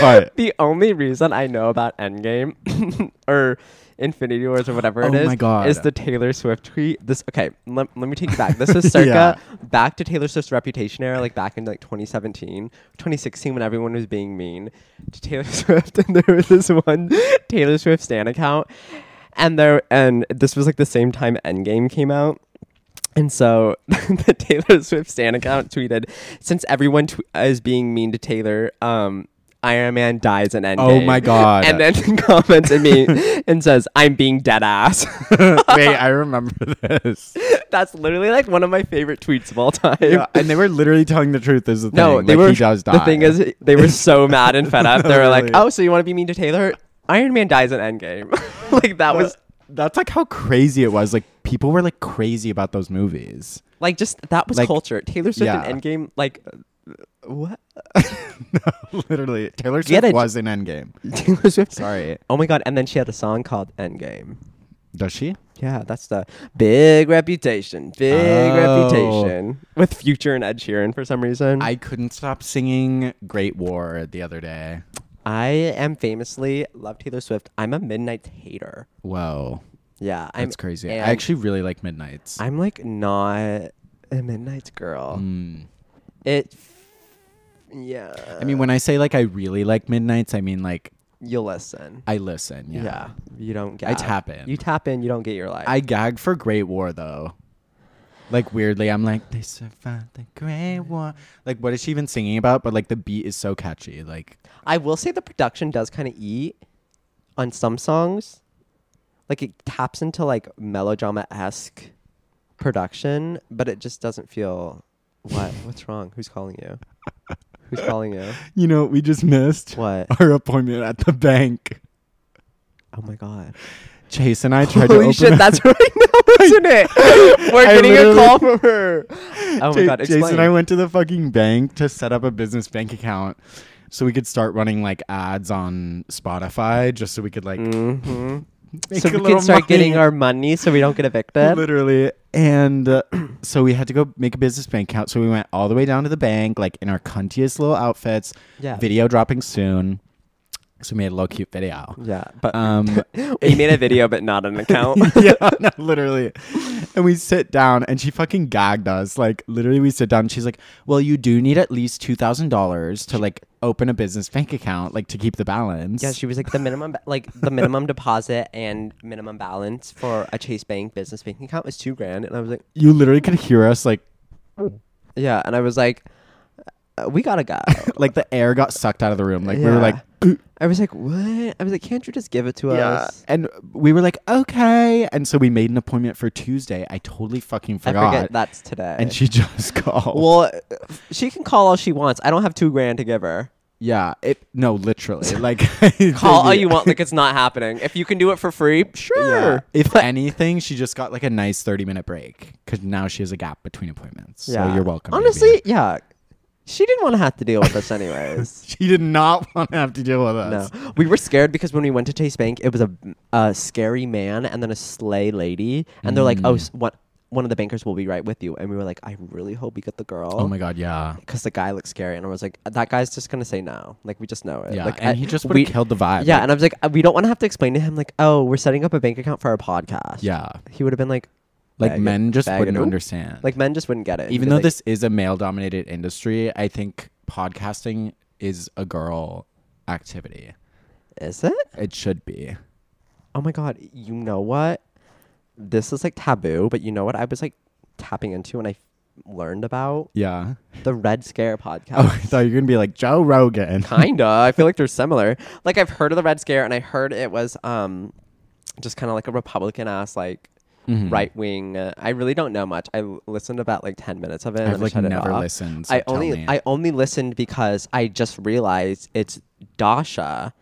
[SPEAKER 2] What?
[SPEAKER 3] the only reason I know about Endgame or Infinity Wars or whatever it
[SPEAKER 2] Oh
[SPEAKER 3] is
[SPEAKER 2] my God.
[SPEAKER 3] is the Taylor Swift tweet. This okay, let, let me take you back. This is circa back to Taylor Swift's reputation era, like back in like 2017, 2016 when everyone was being mean to Taylor Swift, and there was this one Taylor Swift stan account, and there and this was like the same time Endgame came out. And so the Taylor Swift stan account tweeted, "Since everyone tw- is being mean to Taylor, um, Iron Man dies in Endgame."
[SPEAKER 2] Oh my God.
[SPEAKER 3] And then comments at me and says, "I'm being dead ass."
[SPEAKER 2] Wait, I remember this.
[SPEAKER 3] That's literally like one of my favorite tweets of all time.
[SPEAKER 2] Yeah, and they were literally telling the truth. Is the thing.
[SPEAKER 3] No, they
[SPEAKER 2] Like,
[SPEAKER 3] were.
[SPEAKER 2] He does die.
[SPEAKER 3] The thing is, they were so mad and fed up. They were like,
[SPEAKER 2] Really?
[SPEAKER 3] "Oh, so you want to be mean to Taylor? Iron Man dies in Endgame." like that was
[SPEAKER 2] that's like how crazy it was. Like people were like crazy about those movies.
[SPEAKER 3] like just that was
[SPEAKER 2] Like,
[SPEAKER 3] culture. Taylor Swift
[SPEAKER 2] yeah.
[SPEAKER 3] and Endgame, like uh, what?
[SPEAKER 2] literally, Taylor
[SPEAKER 3] Get
[SPEAKER 2] Swift
[SPEAKER 3] it.
[SPEAKER 2] was in Endgame.
[SPEAKER 3] Taylor Swift.
[SPEAKER 2] Sorry,
[SPEAKER 3] Oh my god! And then she had a song called Endgame.
[SPEAKER 2] does she?
[SPEAKER 3] Yeah, that's the big reputation, big
[SPEAKER 2] Oh.
[SPEAKER 3] reputation with Future and Ed Sheeran for some reason. I,
[SPEAKER 2] I couldn't stop singing "Great War" the other day.
[SPEAKER 3] I am famously love Taylor Swift. I'm a Midnight's hater.
[SPEAKER 2] Whoa,
[SPEAKER 3] Yeah, I'm,
[SPEAKER 2] that's crazy.
[SPEAKER 3] and
[SPEAKER 2] I actually really like Midnight's.
[SPEAKER 3] I'm like not a Midnight's girl. It, f- yeah.
[SPEAKER 2] I mean, when I say like I really like Midnight's, I mean like
[SPEAKER 3] you listen.
[SPEAKER 2] I listen.
[SPEAKER 3] yeah.
[SPEAKER 2] Yeah.
[SPEAKER 3] you don't get.
[SPEAKER 2] I tap in.
[SPEAKER 3] You tap in. You don't get your life.
[SPEAKER 2] I gag for Great War though. Like weirdly, I'm like they survived the Great War. Like what is she even singing about? But like the beat is so catchy. Like
[SPEAKER 3] I will say the production does kind of eat on some songs. Like it taps into like melodrama esque production, but it just doesn't feel what what's wrong? Who's calling you? Who's calling you?
[SPEAKER 2] you know, we just missed
[SPEAKER 3] What?
[SPEAKER 2] our appointment at the bank.
[SPEAKER 3] Oh my god.
[SPEAKER 2] Chase and I tried to
[SPEAKER 3] Holy
[SPEAKER 2] open.
[SPEAKER 3] shit,
[SPEAKER 2] a-
[SPEAKER 3] that's right now, isn't it? We're
[SPEAKER 2] I
[SPEAKER 3] getting a
[SPEAKER 2] literally-
[SPEAKER 3] call from her. Oh my
[SPEAKER 2] Ja-
[SPEAKER 3] god,
[SPEAKER 2] Chase
[SPEAKER 3] explain.
[SPEAKER 2] and I went to the fucking bank to set up a business bank account so we could start running like ads on Spotify, just so we could like make
[SPEAKER 3] Mm-hmm. so
[SPEAKER 2] a
[SPEAKER 3] we can
[SPEAKER 2] little
[SPEAKER 3] start getting
[SPEAKER 2] money.
[SPEAKER 3] our money so we don't get evicted.
[SPEAKER 2] Literally. And uh, so we had to go make a business bank account. So we went all the way down to the bank, like in our cuntiest little outfits.
[SPEAKER 3] Yeah.
[SPEAKER 2] Video dropping soon. So we made a little cute video.
[SPEAKER 3] Yeah, but
[SPEAKER 2] Um,
[SPEAKER 3] we made a video, but not an account.
[SPEAKER 2] yeah, no, literally. And we sit down and she fucking gagged us. Like, literally, we sit down and she's like, Well, you do need at least $2,000 to like open a business bank account, like to keep the balance.
[SPEAKER 3] Yeah, she was like the minimum, ba- like the minimum deposit and minimum balance for a Chase Bank business banking account was two grand, and I was like,
[SPEAKER 2] you literally could hear us like,
[SPEAKER 3] yeah, and I was like, uh, we gotta go.
[SPEAKER 2] like the air got sucked out of the room. Like, we were like,
[SPEAKER 3] I was like, what? I was like, can't you just give it to us?
[SPEAKER 2] And we were like, okay. And so we made an appointment for Tuesday. I totally fucking
[SPEAKER 3] I
[SPEAKER 2] forgot.
[SPEAKER 3] forget that's today.
[SPEAKER 2] Oh And she just called.
[SPEAKER 3] well, uh, she can call all she wants. I don't have two grand to give her.
[SPEAKER 2] yeah. It no, literally. Like
[SPEAKER 3] Call all you want, like it's not happening. If you can do it for free,
[SPEAKER 2] Yeah.
[SPEAKER 3] sure.
[SPEAKER 2] If anything, she just got like a nice thirty minute break because now she has a gap between appointments. So you're welcome.
[SPEAKER 3] Honestly,
[SPEAKER 2] baby.
[SPEAKER 3] yeah. She didn't want to have to deal with us anyways.
[SPEAKER 2] She did not want to have to deal with
[SPEAKER 3] no,
[SPEAKER 2] us.
[SPEAKER 3] we were scared because when we went to Chase Bank, it was a, a scary man and then a sleigh lady, and they're like,
[SPEAKER 2] Mm.
[SPEAKER 3] "Oh, s- what? One of the bankers will be right with you." And we were like, "I really hope we get the girl."
[SPEAKER 2] Oh my god, yeah.
[SPEAKER 3] because the guy looks scary, and I was like, that guy's just gonna say no. Like we just know it.
[SPEAKER 2] Yeah,
[SPEAKER 3] like,
[SPEAKER 2] and
[SPEAKER 3] I-
[SPEAKER 2] he just would've
[SPEAKER 3] we-
[SPEAKER 2] killed the vibe,
[SPEAKER 3] Yeah,
[SPEAKER 2] like-
[SPEAKER 3] and I was like, "Uh, we don't want to have to explain to him like, oh, we're setting up a bank account for our podcast.
[SPEAKER 2] Yeah.
[SPEAKER 3] he would have been like,
[SPEAKER 2] Like
[SPEAKER 3] "Bag it-
[SPEAKER 2] men just
[SPEAKER 3] bag it
[SPEAKER 2] wouldn't
[SPEAKER 3] up."
[SPEAKER 2] understand.
[SPEAKER 3] Like men just wouldn't get it.
[SPEAKER 2] even
[SPEAKER 3] because,
[SPEAKER 2] though
[SPEAKER 3] like,
[SPEAKER 2] this is a male dominated industry, I think podcasting is a girl activity.
[SPEAKER 3] is it.
[SPEAKER 2] It should be.
[SPEAKER 3] Oh my god, you know what? This is like taboo, but you know what? I was like tapping into and I learned about
[SPEAKER 2] Yeah.
[SPEAKER 3] the Red Scare
[SPEAKER 2] Oh, I
[SPEAKER 3] podcast.
[SPEAKER 2] thought you were gonna be like Joe Rogan.
[SPEAKER 3] Kinda. I feel like they're similar. Like I've heard of the Red Scare, and I heard it was um, just kind of like a Republican ass like
[SPEAKER 2] Mm-hmm.
[SPEAKER 3] right wing. Uh, I really don't know much. I l- listened about like ten minutes of it. and
[SPEAKER 2] I've
[SPEAKER 3] then I
[SPEAKER 2] like
[SPEAKER 3] shut it
[SPEAKER 2] never
[SPEAKER 3] off.
[SPEAKER 2] listened. so
[SPEAKER 3] I
[SPEAKER 2] tell
[SPEAKER 3] only
[SPEAKER 2] me.
[SPEAKER 3] I only listened because I just realized it's Dasha.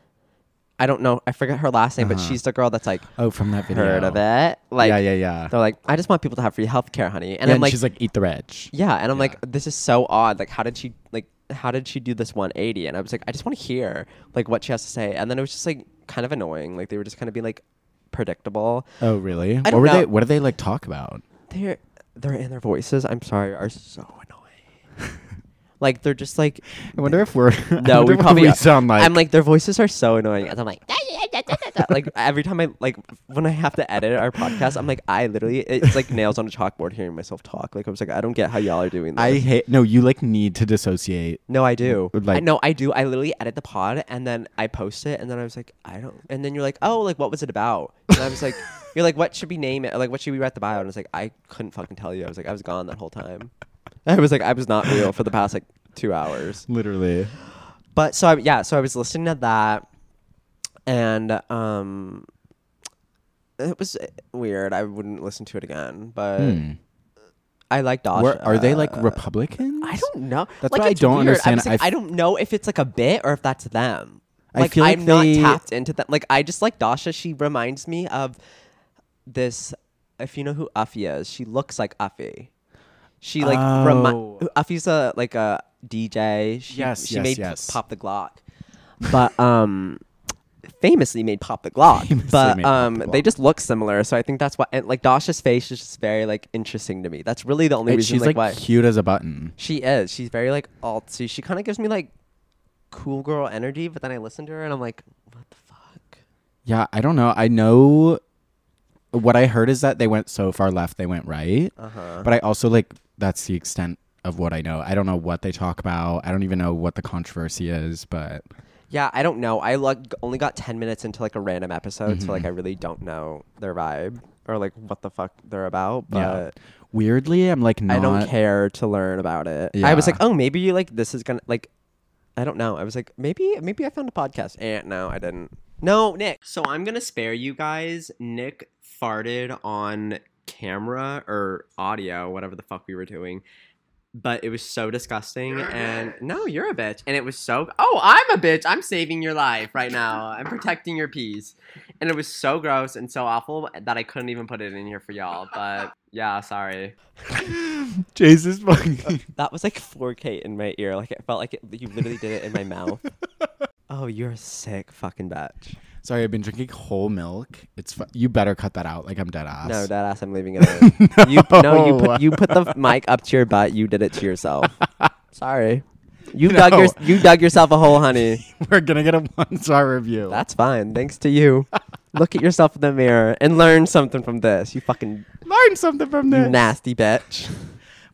[SPEAKER 3] I don't know. I forget her last name,
[SPEAKER 2] Uh-huh.
[SPEAKER 3] but she's the girl that's like
[SPEAKER 2] oh from that video
[SPEAKER 3] heard of it. Like
[SPEAKER 2] yeah, yeah, yeah.
[SPEAKER 3] They're like, I just want people to have free healthcare, honey. And
[SPEAKER 2] Yeah,
[SPEAKER 3] I'm like,
[SPEAKER 2] she's like eat the rich.
[SPEAKER 3] yeah. And I'm like, this is so odd. Like, how did she like? How did she do this 180? And I was like, I just want to hear like what she has to say. And then it was just like kind of annoying. Like they were just kind of being like predictable.
[SPEAKER 2] Oh really?
[SPEAKER 3] don't
[SPEAKER 2] what were
[SPEAKER 3] know.
[SPEAKER 2] they? What do they like talk about?
[SPEAKER 3] They're they're in their voices. I'm sorry, are so annoying. like they're just like
[SPEAKER 2] I wonder if we're I
[SPEAKER 3] no,
[SPEAKER 2] wonder
[SPEAKER 3] we
[SPEAKER 2] what
[SPEAKER 3] probably are.
[SPEAKER 2] sound like.
[SPEAKER 3] I'm like their voices are so annoying. And I'm like, like every time I like when I have to edit our podcast, I'm like, I literally it's like nails on a chalkboard hearing myself talk. Like I was like, I don't get how y'all are doing this.
[SPEAKER 2] I hate. No, you like need to dissociate.
[SPEAKER 3] no, I do.
[SPEAKER 2] Would, like-
[SPEAKER 3] I no, I do. I literally edit the pod and then I post it and then I was like, I don't. And then you're like, oh, like what was it about? And I was like, you're like, what should we name it? Like what should we write the bio? And I was like, I couldn't fucking tell you. I was like, I was gone that whole time. I was like, I was not real for the past like two hours.
[SPEAKER 2] Literally.
[SPEAKER 3] But so I, yeah, so I was listening to that, and um, it was uh, weird. I wouldn't listen to it again, but I like Dasha.
[SPEAKER 2] Were, Hmm. are they like Republicans?
[SPEAKER 3] uh, I don't know.
[SPEAKER 2] That's
[SPEAKER 3] like,
[SPEAKER 2] what I
[SPEAKER 3] it's
[SPEAKER 2] don't
[SPEAKER 3] weird.
[SPEAKER 2] understand.
[SPEAKER 3] I, was like,
[SPEAKER 2] I
[SPEAKER 3] I
[SPEAKER 2] f-
[SPEAKER 3] don't know if it's like a bit or if that's them.
[SPEAKER 2] I
[SPEAKER 3] Like,
[SPEAKER 2] feel like
[SPEAKER 3] I'm
[SPEAKER 2] they-
[SPEAKER 3] not tapped into that. Like I just like Dasha. She reminds me of this. If you know who Uffie is, she looks like Uffie. She like
[SPEAKER 2] Oh.
[SPEAKER 3] remi- Uffie's a like a DJ. She,
[SPEAKER 2] Yes,
[SPEAKER 3] she
[SPEAKER 2] yes,
[SPEAKER 3] made
[SPEAKER 2] yes.
[SPEAKER 3] Pop the Glock, but um, famously made Pop the Glock. but
[SPEAKER 2] made Pop
[SPEAKER 3] um,
[SPEAKER 2] the
[SPEAKER 3] they
[SPEAKER 2] Glock.
[SPEAKER 3] just look similar, so I think that's why. And like Dasha's face is just very like interesting to me. That's really the only
[SPEAKER 2] And
[SPEAKER 3] reason.
[SPEAKER 2] she's like,
[SPEAKER 3] why.
[SPEAKER 2] cute as a button.
[SPEAKER 3] She is. She's very like altsy. She kind of gives me like cool girl energy, but then I listen to her and I'm like, what the fuck?
[SPEAKER 2] Yeah, I don't know. I know what I heard is that they went so far left, they went right.
[SPEAKER 3] Uh-huh.
[SPEAKER 2] But I also like that's the extent of what I know. I don't know what they talk about. I don't even know what the controversy is, but
[SPEAKER 3] Yeah, I don't know. I like only got 10 minutes into like a random episode, so like I really don't know their vibe or like what the fuck they're about,
[SPEAKER 2] yeah.
[SPEAKER 3] but
[SPEAKER 2] Weirdly, I'm like not
[SPEAKER 3] I don't care to learn about it. I was
[SPEAKER 2] Yeah.
[SPEAKER 3] like, oh, maybe you like this is gonna like, I don't know. I was like, maybe maybe I found a podcast. And no, I didn't. No, Nick. So I'm gonna spare you guys. Nick farted on camera or audio, whatever the fuck we were doing. But it was so disgusting, and no, you're a bitch, and it was so. Oh, I'm a bitch. I'm saving your life right now. I'm protecting your peace, and it was so gross and so awful that I couldn't even put it in here for y'all. But yeah, sorry.
[SPEAKER 2] Jesus fucking
[SPEAKER 3] That was like 4K in my ear. Like it felt like it, you literally did it in my mouth. Oh, you're a sick fucking bitch.
[SPEAKER 2] Sorry, I've been drinking whole milk. It's fu- you better cut that out. Like I'm dead ass.
[SPEAKER 3] No, that ass, I'm leaving it in. You no, you put you put the mic up to your butt. You did it to yourself. Sorry. You dug your
[SPEAKER 2] No.
[SPEAKER 3] you dug yourself a hole, honey.
[SPEAKER 2] We're gonna get a one star review.
[SPEAKER 3] That's fine. Thanks to you. Look at yourself in the mirror and learn something from this. You fucking
[SPEAKER 2] Learn something from
[SPEAKER 3] you
[SPEAKER 2] this.
[SPEAKER 3] nasty bitch.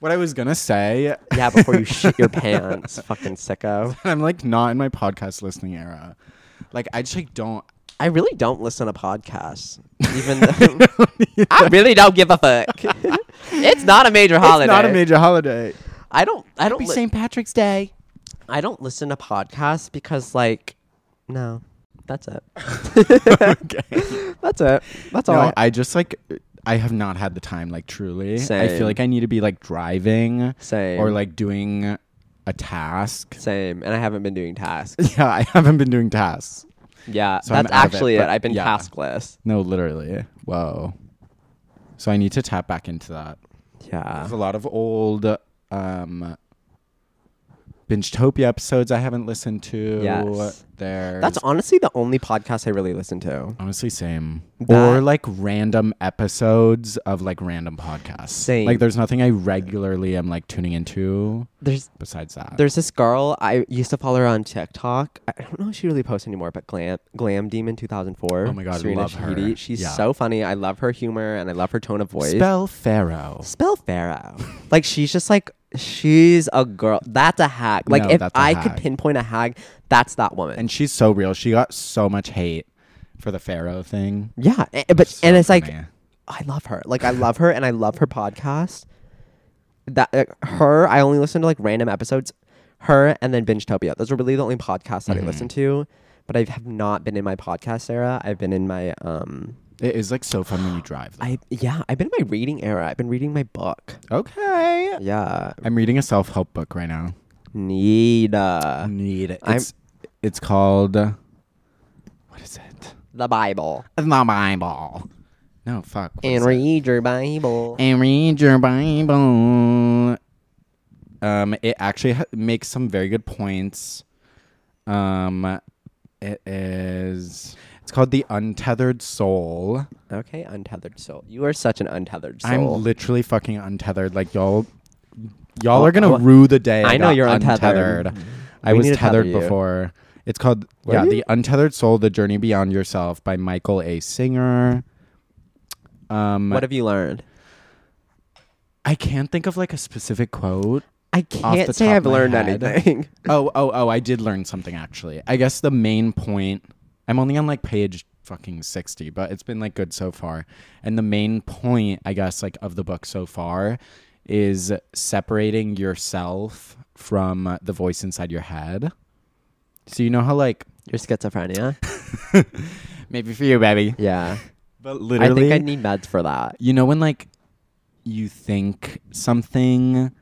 [SPEAKER 2] What I was gonna say,
[SPEAKER 3] Yeah, before you shit your pants, fucking sicko.
[SPEAKER 2] I'm like not in my podcast listening era. Like I just like don't.
[SPEAKER 3] I really don't listen to podcasts, even though I really don't give a fuck. it's not a major holiday.
[SPEAKER 2] It's not a major holiday.
[SPEAKER 3] I don't. I don't.
[SPEAKER 2] Happy
[SPEAKER 3] Li-
[SPEAKER 2] St. Patrick's Day.
[SPEAKER 3] I don't listen to podcasts because, like, no, that's it. That's it. That's all.
[SPEAKER 2] No,
[SPEAKER 3] I-
[SPEAKER 2] I just like I have not had the time. Like truly, I
[SPEAKER 3] Same.
[SPEAKER 2] feel like I need to be like driving,
[SPEAKER 3] Same.
[SPEAKER 2] or like doing a task.
[SPEAKER 3] Same. And I haven't been doing tasks.
[SPEAKER 2] Yeah, I haven't been doing tasks.
[SPEAKER 3] Yeah,
[SPEAKER 2] So I'm
[SPEAKER 3] that's
[SPEAKER 2] out of it,
[SPEAKER 3] actually it.
[SPEAKER 2] but
[SPEAKER 3] I've been
[SPEAKER 2] yeah.
[SPEAKER 3] taskless.
[SPEAKER 2] No, literally. Whoa. So I need to tap back into that.
[SPEAKER 3] Yeah.
[SPEAKER 2] There's a lot of old um Bingetopia episodes I haven't listened to.
[SPEAKER 3] Yes.
[SPEAKER 2] There's
[SPEAKER 3] That's honestly the only podcast I really listen to.
[SPEAKER 2] honestly same. or
[SPEAKER 3] That-
[SPEAKER 2] like random episodes of like random podcasts.
[SPEAKER 3] Same.
[SPEAKER 2] Like there's nothing I regularly am like tuning into
[SPEAKER 3] There's
[SPEAKER 2] besides that.
[SPEAKER 3] there's this girl I used to follow her on TikTok. I don't know if she really posts anymore, but Glam Glam Demon 2004.
[SPEAKER 2] Oh my God,
[SPEAKER 3] Serena
[SPEAKER 2] love her.
[SPEAKER 3] Shahidi. She's
[SPEAKER 2] Yeah.
[SPEAKER 3] so funny. I love her humor and I love her tone of voice.
[SPEAKER 2] Spell Pharaoh.
[SPEAKER 3] Spell Pharaoh. like she's just like she's a girl. That's a hack. Like
[SPEAKER 2] No,
[SPEAKER 3] if
[SPEAKER 2] that's a
[SPEAKER 3] I
[SPEAKER 2] hack.
[SPEAKER 3] could pinpoint a hack, that's that woman.
[SPEAKER 2] And she's so real. She got so much hate for the Pharaoh thing.
[SPEAKER 3] yeah, a- but
[SPEAKER 2] So
[SPEAKER 3] and it's like
[SPEAKER 2] funny.
[SPEAKER 3] I love her. Like I love her and I love her podcast. That like, her I only listen to like random episodes. Her and then Bingetopia. Those are really the only podcasts that I listen
[SPEAKER 2] Mm-hmm.
[SPEAKER 3] to. But I have not been in my podcast era. I've been in my um.
[SPEAKER 2] it is like so fun when you drive. though.
[SPEAKER 3] I yeah. I've been in my reading era. I've been reading my book.
[SPEAKER 2] okay.
[SPEAKER 3] Yeah.
[SPEAKER 2] I'm reading a self help book right now.
[SPEAKER 3] Nita.
[SPEAKER 2] Need it.
[SPEAKER 3] I'm-
[SPEAKER 2] It's, it's called. uh, What is it?
[SPEAKER 3] The Bible.
[SPEAKER 2] It's not Bible. No, fuck. what is
[SPEAKER 3] And
[SPEAKER 2] it?
[SPEAKER 3] read your Bible.
[SPEAKER 2] and read your Bible. Um, it actually ha- makes some very good points. Um, it is. It's called the Untethered Soul.
[SPEAKER 3] okay, untethered soul. You are such an untethered soul.
[SPEAKER 2] I'm literally fucking untethered. Like y'all, y'all
[SPEAKER 3] Oh,
[SPEAKER 2] are gonna
[SPEAKER 3] oh,
[SPEAKER 2] rue the day.
[SPEAKER 3] I know
[SPEAKER 2] got
[SPEAKER 3] you're untethered. Mm-hmm.
[SPEAKER 2] I
[SPEAKER 3] We
[SPEAKER 2] was
[SPEAKER 3] need to tether
[SPEAKER 2] tethered
[SPEAKER 3] you.
[SPEAKER 2] before. It's called
[SPEAKER 3] Were
[SPEAKER 2] yeah,
[SPEAKER 3] you?
[SPEAKER 2] the Untethered Soul: The Journey Beyond Yourself by Michael A. Singer. Um,
[SPEAKER 3] what have you learned?
[SPEAKER 2] I can't think of like a specific quote.
[SPEAKER 3] I
[SPEAKER 2] the
[SPEAKER 3] can't say
[SPEAKER 2] top
[SPEAKER 3] I've
[SPEAKER 2] of my
[SPEAKER 3] learned
[SPEAKER 2] head.
[SPEAKER 3] anything.
[SPEAKER 2] Oh, oh, oh! I did learn something actually. I guess the main point. I'm only on like page fucking sixty, but it's been like good so far. And the main point, I guess, like of the book so far, is separating yourself from the voice inside your head. So you know how like
[SPEAKER 3] Your schizophrenia?
[SPEAKER 2] maybe for you, baby,
[SPEAKER 3] yeah.
[SPEAKER 2] but literally,
[SPEAKER 3] I think I need meds for that.
[SPEAKER 2] you know when like you think something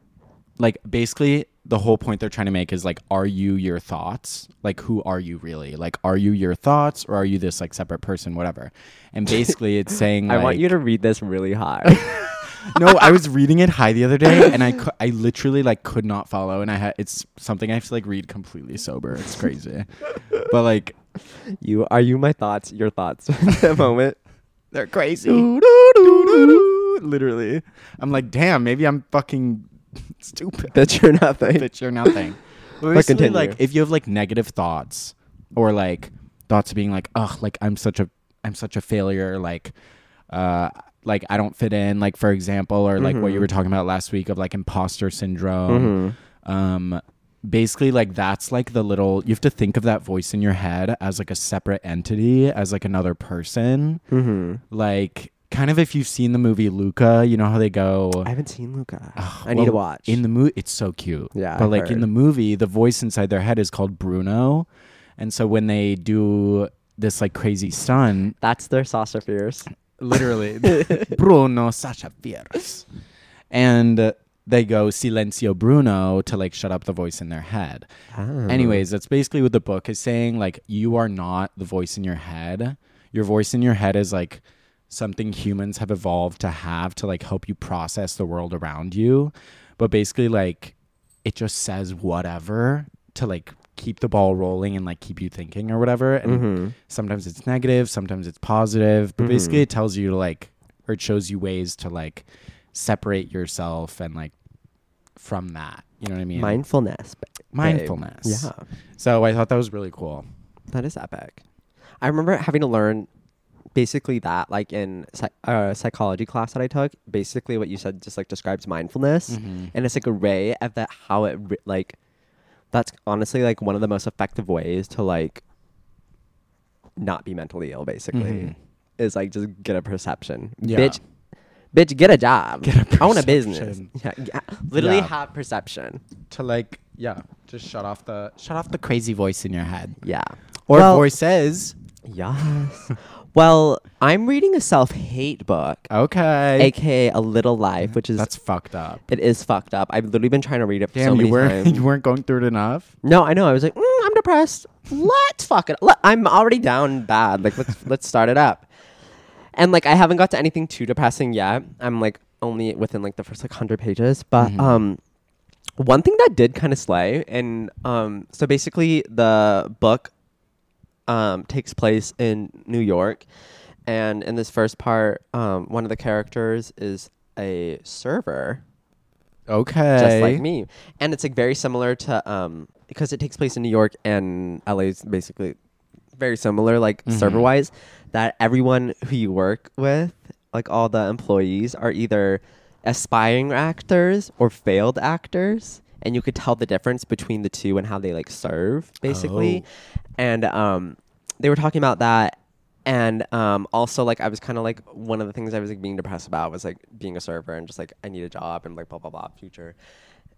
[SPEAKER 2] like basically the whole point they're trying to make is like are you your thoughts like who are you really like are you your thoughts or are you this like separate person whatever and basically it's saying
[SPEAKER 3] I want you to read this really hard.
[SPEAKER 2] no i was reading it high the other day and i cou- i literally like could not follow and i had it's something i have to like read completely sober it's crazy but like
[SPEAKER 3] you are you my thoughts, your thoughts at the moment.
[SPEAKER 2] They're crazy. Literally. I'm like, damn, maybe I'm fucking stupid.
[SPEAKER 3] That you're nothing.
[SPEAKER 2] That you're nothing. But basically,
[SPEAKER 3] continue.
[SPEAKER 2] like, if you have like negative thoughts or like thoughts of being like, ugh, like I'm such a, I'm such a failure, like, uh, like I don't fit in, like for example, or like what you were talking about last week of like imposter syndrome. Um, basically, like that's like the little you have to think of that voice in your head as like a separate entity, as like another person like kind of if you've seen the movie Luca, you know how they go.
[SPEAKER 3] I haven't seen Luca. I need to
[SPEAKER 2] Well,
[SPEAKER 3] watch.
[SPEAKER 2] In the movie, it's so cute.
[SPEAKER 3] Yeah,
[SPEAKER 2] but
[SPEAKER 3] I've
[SPEAKER 2] like in
[SPEAKER 3] heard.
[SPEAKER 2] the movie, the voice inside their head is called Bruno, and so when they do this like crazy stunt,
[SPEAKER 3] That's their saucer fears.
[SPEAKER 2] literally Bruno Sasha Fierce. And uh, they go silencio Bruno to like shut up the voice in their head. Anyways, that's basically what the book is saying like you are not the voice in your head. Your voice in your head is like something humans have evolved to have to like help you process the world around you. But basically like it just says whatever to like keep the ball rolling and like keep you thinking or whatever and
[SPEAKER 3] Mm-hmm.
[SPEAKER 2] sometimes it's negative sometimes it's positive but basically it tells you to like or it shows you ways to like separate yourself and like from that you know what i mean
[SPEAKER 3] Mindfulness. ba- babe.
[SPEAKER 2] mindfulness
[SPEAKER 3] Yeah.
[SPEAKER 2] so i thought that was really cool
[SPEAKER 3] That is epic. I remember having to learn basically that, like in psych- uh, psychology class that I took. Basically, what you said just like describes mindfulness,
[SPEAKER 2] Mm-hmm.
[SPEAKER 3] and it's like a ray of that how it re- like. That's honestly like one of the most effective ways to like not be mentally ill. Basically, is like just get a perception,
[SPEAKER 2] Mm-hmm. Yeah.
[SPEAKER 3] bitch. Bitch, get a job.
[SPEAKER 2] Get a
[SPEAKER 3] I want a business.
[SPEAKER 2] perception.
[SPEAKER 3] Yeah, yeah. Literally
[SPEAKER 2] Yeah.
[SPEAKER 3] have perception.
[SPEAKER 2] to like yeah just shut off the shut off the crazy voice in your head
[SPEAKER 3] Yeah.
[SPEAKER 2] or
[SPEAKER 3] Well-
[SPEAKER 2] voices
[SPEAKER 3] Yes. well, I'm reading a self hate book,
[SPEAKER 2] okay
[SPEAKER 3] aka A Little Life, which is
[SPEAKER 2] that's fucked up
[SPEAKER 3] it is fucked up. I've literally been trying to read it for so
[SPEAKER 2] damn
[SPEAKER 3] many
[SPEAKER 2] you weren't
[SPEAKER 3] times.
[SPEAKER 2] you weren't going through it enough
[SPEAKER 3] no, I know. I was like, mm, I'm depressed. Let's fuck it. Let, I'm already down bad. Like let's let's start it up. And like I haven't got to anything too depressing yet. I'm like only within like the first like hundred pages, but um, One thing that did kind of slay, and um, so basically the book um, takes place in New York, and in this first part, um, one of the characters is a server,
[SPEAKER 2] Okay.
[SPEAKER 3] just like me, and it's like very similar to um, because it takes place in New York and LA is basically very similar, like server wise, that everyone who you work with, like all the employees, are either aspiring actors or failed actors. And you could tell the difference between the two and how they like serve, basically. And um, they were talking about that. And um, also, like, I was kind of like one of the things I was like being depressed about was like being a server and just like I need a job and like blah blah blah future.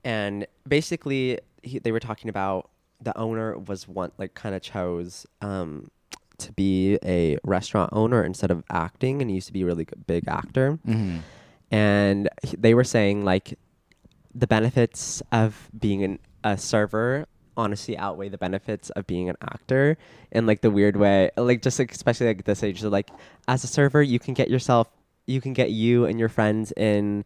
[SPEAKER 3] And basically, he, they were talking about the owner was one like kind of chose um to be a restaurant owner instead of acting and he used to be a really good, big actor and he- they were saying like the benefits of being an, a server honestly outweigh the benefits of being an actor in like the weird way like just like, especially like this age so like as a server you can get yourself you can get you and your friends in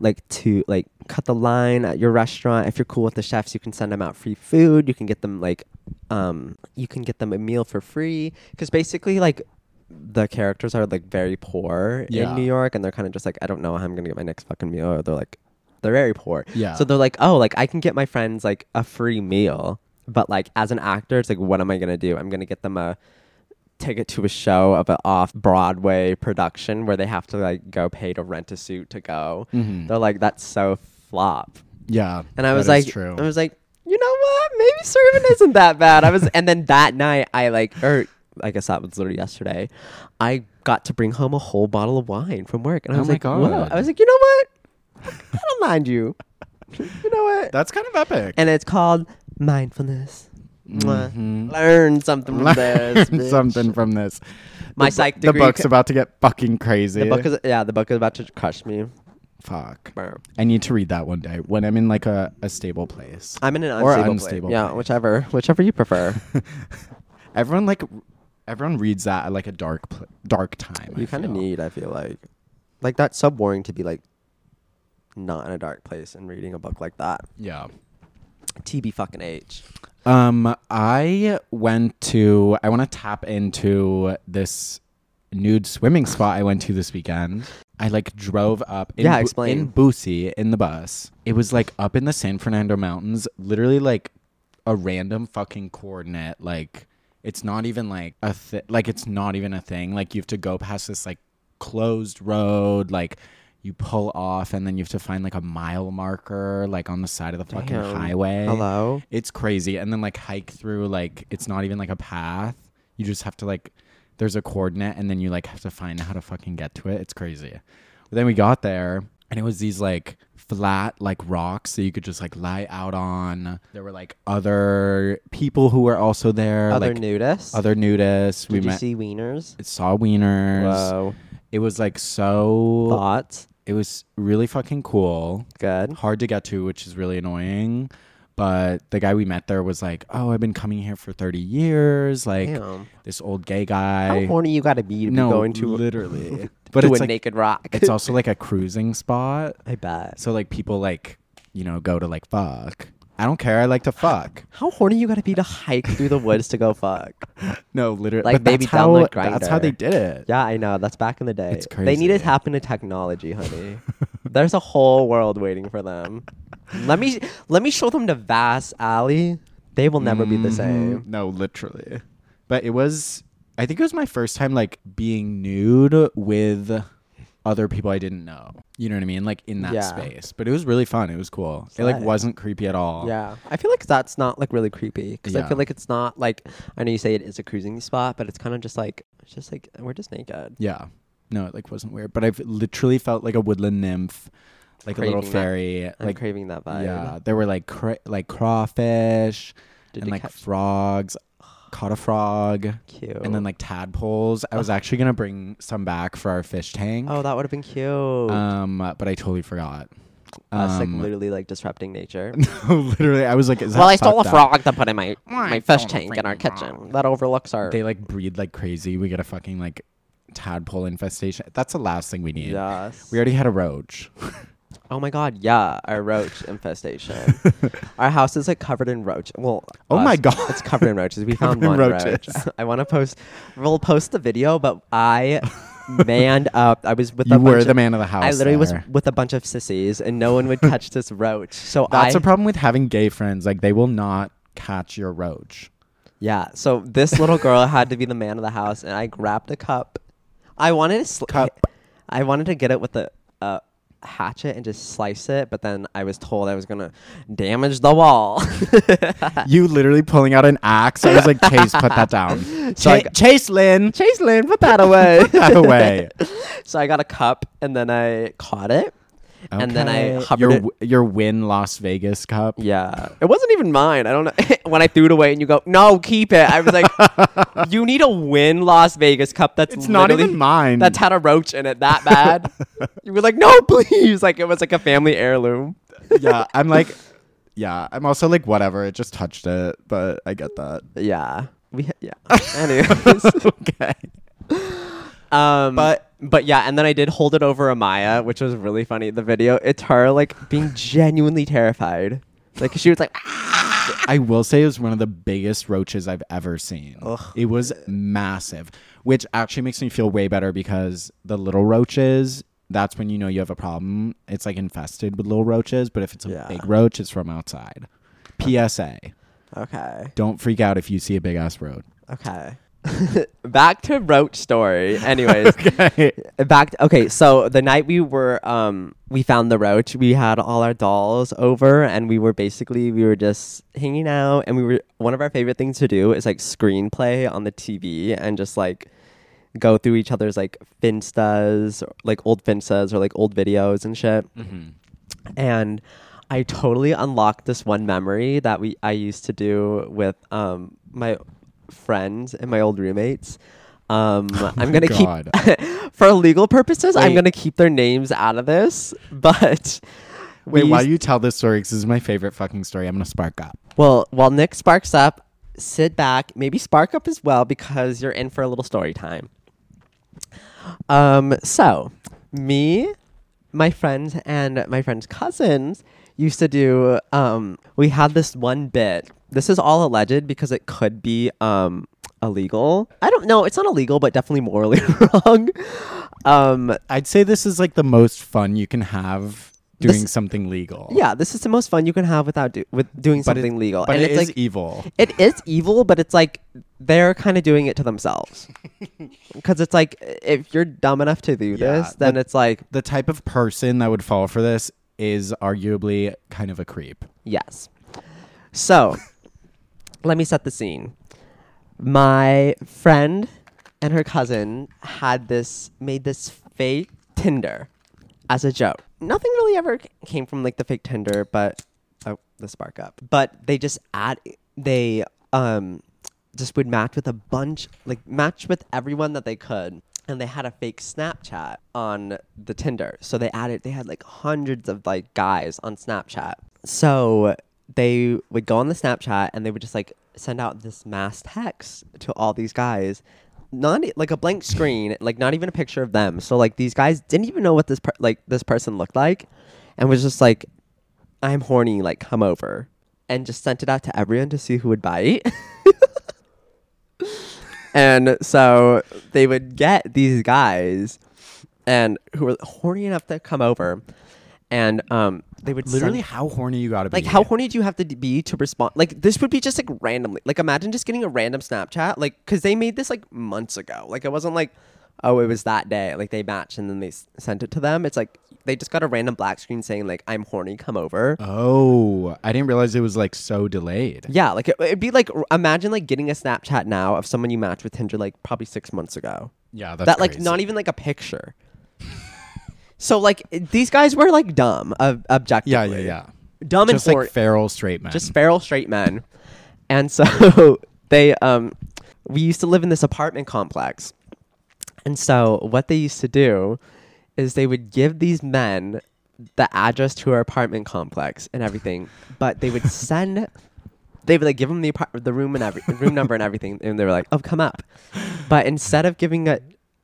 [SPEAKER 3] like to like cut the line at your restaurant if you're cool with the chefs you can send them out free food you can get them like um you can get them a meal for free because basically like the characters are like very poor
[SPEAKER 2] Yeah.
[SPEAKER 3] in new york and they're kind of just like i don't know how i'm gonna get my next fucking meal or they're like they're very poor
[SPEAKER 2] Yeah.
[SPEAKER 3] so they're like oh like i can get my friends like a free meal but like as an actor it's like what am i gonna do i'm gonna get them a ticket to a show of an off Broadway production where they have to like go pay to rent a suit to go. They're like, that's so flop.
[SPEAKER 2] Yeah.
[SPEAKER 3] And I was
[SPEAKER 2] that is
[SPEAKER 3] like,
[SPEAKER 2] true.
[SPEAKER 3] I was like, you know what? Maybe serving isn't that bad. I was, and then that night I like, or I guess that was literally yesterday. I got to bring home a whole bottle of wine from work, and I
[SPEAKER 2] Oh
[SPEAKER 3] was
[SPEAKER 2] my
[SPEAKER 3] like, whoa.
[SPEAKER 2] God.
[SPEAKER 3] I was like, you know what? I don't mind you. you know what?
[SPEAKER 2] That's kind of epic.
[SPEAKER 3] and it's called mindfulness. Mwah. Learn something from this. bitch.
[SPEAKER 2] Mm-hmm. something from this.
[SPEAKER 3] My
[SPEAKER 2] the, bu-
[SPEAKER 3] psych
[SPEAKER 2] The
[SPEAKER 3] degree
[SPEAKER 2] book's
[SPEAKER 3] ca-
[SPEAKER 2] about to get fucking crazy.
[SPEAKER 3] The book is yeah, the book is about to crush me.
[SPEAKER 2] fuck.
[SPEAKER 3] Burp.
[SPEAKER 2] I need to read that one day when I'm in like a, a stable place.
[SPEAKER 3] I'm in an unstable
[SPEAKER 2] Or
[SPEAKER 3] place.
[SPEAKER 2] unstable
[SPEAKER 3] Yeah,
[SPEAKER 2] place.
[SPEAKER 3] whichever, whichever you prefer.
[SPEAKER 2] everyone like r- everyone reads that at like a dark pl- dark time. I
[SPEAKER 3] you kind of
[SPEAKER 2] feel.
[SPEAKER 3] need. I feel like, like that's so boring to be like, not in a dark place and reading a book like that.
[SPEAKER 2] Yeah.
[SPEAKER 3] TB fucking H.
[SPEAKER 2] Um, I went to. I want to tap into this nude swimming spot I went to this weekend. I like drove up. In
[SPEAKER 3] Yeah,
[SPEAKER 2] Bu-
[SPEAKER 3] explain.
[SPEAKER 2] in Boosie in the bus. It was like up in the San Fernando Mountains. Literally like a random fucking coordinate. Like it's not even like a thi- like it's not even a thing. Like you have to go past this like closed road. Like you pull off and then you have to find like a mile marker like on the side of the fucking
[SPEAKER 3] Damn.
[SPEAKER 2] highway.
[SPEAKER 3] Hello?
[SPEAKER 2] It's crazy. And then like hike through like it's not even like a path. You just have to like there's a coordinate and then you like have to find how to fucking get to it. It's crazy. But then we got there and it was these like flat like rocks that you could just like lie out on. There were like other people who were also there.
[SPEAKER 3] Other
[SPEAKER 2] like,
[SPEAKER 3] nudists.
[SPEAKER 2] other nudists.
[SPEAKER 3] Did
[SPEAKER 2] we
[SPEAKER 3] you
[SPEAKER 2] met
[SPEAKER 3] see wieners?
[SPEAKER 2] saw wieners.
[SPEAKER 3] Whoa.
[SPEAKER 2] It was like so
[SPEAKER 3] Thoughts.
[SPEAKER 2] it was really fucking cool
[SPEAKER 3] Good.
[SPEAKER 2] Mm-hmm. hard to get to, which is really annoying. But the guy we met there was like, "Oh, I've been coming here for 30 years." Like
[SPEAKER 3] Damn.
[SPEAKER 2] this old gay
[SPEAKER 3] How
[SPEAKER 2] guy.
[SPEAKER 3] horny you gotta be to
[SPEAKER 2] no,
[SPEAKER 3] be going to
[SPEAKER 2] literally.
[SPEAKER 3] but
[SPEAKER 2] but
[SPEAKER 3] to
[SPEAKER 2] it's
[SPEAKER 3] a
[SPEAKER 2] like,
[SPEAKER 3] naked rock?
[SPEAKER 2] it's also like a cruising spot,
[SPEAKER 3] I bet.
[SPEAKER 2] so like people like you know go to like fuck. I don't care. I like to fuck.
[SPEAKER 3] How horny you gotta be to hike through the woods to go fuck?
[SPEAKER 2] No, literally.
[SPEAKER 3] Like,
[SPEAKER 2] but that's
[SPEAKER 3] maybe
[SPEAKER 2] how
[SPEAKER 3] download
[SPEAKER 2] that's how they
[SPEAKER 3] Grindr.
[SPEAKER 2] did it.
[SPEAKER 3] Yeah, I know. That's back in the day.
[SPEAKER 2] It's
[SPEAKER 3] They need to
[SPEAKER 2] crazy.
[SPEAKER 3] tap into technology, honey. There's a whole world waiting for them. Let me let me show them the vast alley. They will never be the same.
[SPEAKER 2] No, literally. But it was I think it was my first time like being nude with other people I didn't know. You know what I mean? Like in that
[SPEAKER 3] Yeah.
[SPEAKER 2] space. But it was really fun. It was cool. It like
[SPEAKER 3] Slay.
[SPEAKER 2] wasn't creepy at all.
[SPEAKER 3] Yeah, I feel like that's not like really creepy because I
[SPEAKER 2] Yeah.
[SPEAKER 3] feel like it's not like I know you say it is a cruising spot, but it's kind of just like it's just like we're just naked.
[SPEAKER 2] Yeah. No, it like wasn't weird. But I've literally felt like a woodland nymph, like a little
[SPEAKER 3] Craving that.
[SPEAKER 2] fairy.
[SPEAKER 3] I'm
[SPEAKER 2] like
[SPEAKER 3] craving that vibe.
[SPEAKER 2] Yeah. There were like cra- like crawfish
[SPEAKER 3] Did
[SPEAKER 2] and
[SPEAKER 3] you
[SPEAKER 2] like
[SPEAKER 3] catch-
[SPEAKER 2] frogs. Caught a frog.
[SPEAKER 3] cute.
[SPEAKER 2] And then like tadpoles. I was actually gonna bring some back for our fish tank.
[SPEAKER 3] oh, that would have been cute.
[SPEAKER 2] Um, but I totally forgot.
[SPEAKER 3] Us like
[SPEAKER 2] um,
[SPEAKER 3] literally like disrupting nature.
[SPEAKER 2] Literally, I was like, is that
[SPEAKER 3] well, I stole a
[SPEAKER 2] fucked up?
[SPEAKER 3] frog to put in my my
[SPEAKER 4] I
[SPEAKER 3] fish
[SPEAKER 4] stole a
[SPEAKER 3] tank in our
[SPEAKER 4] freaking
[SPEAKER 3] kitchen that overlooks our.
[SPEAKER 2] They like breed like crazy. We get a fucking like tadpole infestation. That's the last thing we need.
[SPEAKER 3] Yes.
[SPEAKER 2] We already had a roach.
[SPEAKER 3] Oh my god, yeah, our roach infestation. our house is like covered in roach. Well,
[SPEAKER 2] Oh my
[SPEAKER 3] us,
[SPEAKER 2] God.
[SPEAKER 3] it's covered in roaches. We found
[SPEAKER 2] Covered in
[SPEAKER 3] one
[SPEAKER 2] roaches.
[SPEAKER 3] roach. I want to post. We'll post the video, but I manned up. I was with
[SPEAKER 2] You
[SPEAKER 3] a bunch
[SPEAKER 2] were
[SPEAKER 3] of-
[SPEAKER 2] the man of the house.
[SPEAKER 3] I literally
[SPEAKER 2] there.
[SPEAKER 3] was with a bunch of sissies, and no one would touch this roach. So
[SPEAKER 2] That's
[SPEAKER 3] I,
[SPEAKER 2] a problem with having gay friends. Like they will not catch your roach.
[SPEAKER 3] yeah. So this little girl had to be the man of the house, and I grabbed a cup. I wanted to sl-
[SPEAKER 2] Cup.
[SPEAKER 3] I wanted to get it with a, a hatchet and just slice it, but then I was told I was gonna damage the wall.
[SPEAKER 2] you literally pulling out an axe. I was like, Chase, put that down.
[SPEAKER 3] So I
[SPEAKER 2] Cha-
[SPEAKER 3] got-
[SPEAKER 2] Chase Lynn,
[SPEAKER 3] Chase Lynn, put that away.
[SPEAKER 2] put that away.
[SPEAKER 3] so I got a cup, and then I caught it, and then I
[SPEAKER 2] Okay.
[SPEAKER 3] hovered
[SPEAKER 2] your
[SPEAKER 3] it.
[SPEAKER 2] w- your win Las Vegas cup.
[SPEAKER 3] Yeah. It wasn't even mine. I don't know. when I threw it away and you go, no, keep it. I was like, you need a win Las Vegas cup. That's
[SPEAKER 2] It's not
[SPEAKER 3] literally-
[SPEAKER 2] even mine.
[SPEAKER 3] That's had a roach in it that bad. you were like, no, please. Like it was like a family heirloom.
[SPEAKER 2] yeah, I'm like, yeah, I'm also like, whatever. It just touched it, but I get that.
[SPEAKER 3] Yeah. We, yeah. Anyways.
[SPEAKER 2] okay. But-
[SPEAKER 3] Um, but but yeah, and then I did hold it over Amaya, which was really funny. The video, it's her like being genuinely terrified. Like she was like, "Ah,
[SPEAKER 2] I will say it was one of the biggest roaches I've ever seen. It was massive, which actually makes me feel way better because the little roaches, that's when you know you have a problem. It's like infested with little roaches, but if it's a
[SPEAKER 3] Yeah.
[SPEAKER 2] big roach, it's from outside. PSA.
[SPEAKER 3] okay.
[SPEAKER 2] Don't freak out if you see a big ass road.
[SPEAKER 3] Okay. Back to Roach story. Anyways.
[SPEAKER 2] Okay.
[SPEAKER 3] Back to, okay, so the night we were um we found the roach, we had all our dolls over and we were basically we were just hanging out and we were one of our favorite things to do is like screenplay on the TV and just like go through each other's like finstas or, like old finstas or like old videos and shit.
[SPEAKER 2] Mm-hmm.
[SPEAKER 3] And I totally unlocked this one memory that we I used to do with um my friends and my old roommates. Um, I'm gonna
[SPEAKER 2] Oh God.
[SPEAKER 3] keep for legal purposes. I'm
[SPEAKER 2] Wait.
[SPEAKER 3] gonna keep their names out of this, but we
[SPEAKER 2] Wait, why
[SPEAKER 3] used-
[SPEAKER 2] do you tell this story? Because this is my favorite fucking story. I'm gonna spark up.
[SPEAKER 3] Well, while Nick sparks up, sit back, maybe spark up as well because you're in for a little story time. Um, so me, my friends, and my friends' cousins used to do. Um, we had this one bit. This is all alleged because it could be um illegal. I don't know. It's not illegal, but definitely morally wrong. Um,
[SPEAKER 2] I'd say this is like the most fun you can have doing
[SPEAKER 3] This-
[SPEAKER 2] something legal.
[SPEAKER 3] yeah, this is the most fun you can have without do- with doing
[SPEAKER 2] But it-
[SPEAKER 3] something legal,
[SPEAKER 2] But
[SPEAKER 3] and
[SPEAKER 2] it
[SPEAKER 3] it's
[SPEAKER 2] is
[SPEAKER 3] like
[SPEAKER 2] evil.
[SPEAKER 3] It is evil, but it's like they're kind of doing it to themselves. Because it's like if you're dumb enough to do
[SPEAKER 2] Yeah,
[SPEAKER 3] this, then
[SPEAKER 2] but-
[SPEAKER 3] it's like
[SPEAKER 2] The type of person that would fall for this is arguably kind of a creep.
[SPEAKER 3] yes. So let me set the scene. My friend and her cousin had this made this fake Tinder as a joke. Nothing really ever c- came from like the fake Tinder, but oh, the spark up. But they just add they um just would match with a bunch like match with everyone that they could. And they had a fake Snapchat on the Tinder. So they added they had like hundreds of like guys on Snapchat. So they would go on the Snapchat and they would just like send out this mass text to all these guys not e- like a blank screen, like not even a picture of them. So like these guys didn't even know what this per- like this person looked like, and was just like, "I'm horny, like come over," and just sent it out to everyone to see who would bite. and so they would get these guys, and who were horny enough to come over, and um they would send-
[SPEAKER 2] Literally, how horny you gotta be.
[SPEAKER 3] like, how horny do you have to d- be to respond? Like, this would be just like randomly. Like, imagine just getting a random Snapchat. Like, because they made this like months ago. Like, it wasn't like, oh, it was that day. Like, they matched and then they s- sent it to them. It's like they just got a random black screen saying, like, I'm horny, come over.
[SPEAKER 2] Oh, I didn't realize it was like so delayed.
[SPEAKER 3] yeah. Like, it, it'd be like, r- imagine like getting a Snapchat now of someone you matched with Tinder, like, probably six months ago.
[SPEAKER 2] Yeah, that's
[SPEAKER 3] that, like, not even like a picture. so, like, these guys were like dumb, ob- objectively.
[SPEAKER 2] Yeah, yeah, yeah.
[SPEAKER 3] Dumb
[SPEAKER 2] Just
[SPEAKER 3] and
[SPEAKER 2] like
[SPEAKER 3] hor-
[SPEAKER 2] feral straight men.
[SPEAKER 3] just feral straight men. And so they um we used to live in this apartment complex. And so what they used to do is they would give these men the address to our apartment complex and everything, but they would send they would like give them the apart- the room and every room number and everything and they were like, "Oh, come up." But instead of giving a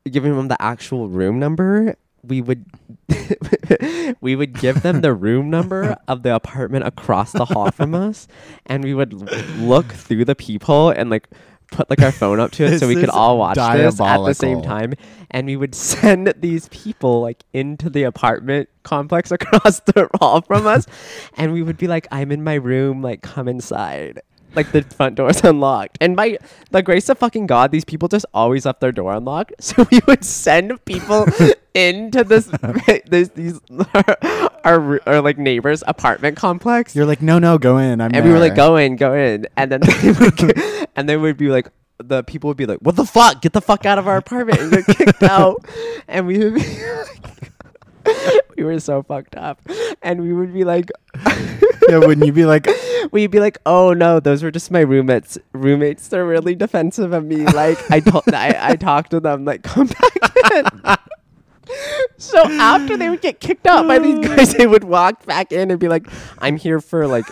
[SPEAKER 3] giving them the actual room number, we would we would give them the room number of the apartment across the hall from us, and we would l- look through the peephole and like put like our phone up to it so
[SPEAKER 2] This
[SPEAKER 3] we could
[SPEAKER 2] is
[SPEAKER 3] all watch this at the same
[SPEAKER 2] diabolical.
[SPEAKER 3] time, and we would send these people like into the apartment complex across the hall from us, and we would be like, "I'm in my room, like come inside." Like the front door's unlocked, and by the grace of fucking God, these people just always left their door unlocked. So we would send people into this, this these our, our, our like neighbors' apartment complex,
[SPEAKER 2] You're like, no, no, go in. I'm
[SPEAKER 3] and we were like,
[SPEAKER 2] there."
[SPEAKER 3] "Go in, go in," and then they would g- and they would be like, the people would be like, "What the fuck? Get the fuck out of our apartment!" and get kicked out, and we would be like, we were so fucked up, and we would be like,
[SPEAKER 2] yeah, wouldn't you be like,
[SPEAKER 3] we'd be like, "Oh no, those were just my roommates. Roommates, they're really defensive of me. Like I told, I, I talked to them. Like come back in." So after they would get kicked out by these guys, they would walk back in and be like, "I'm here for like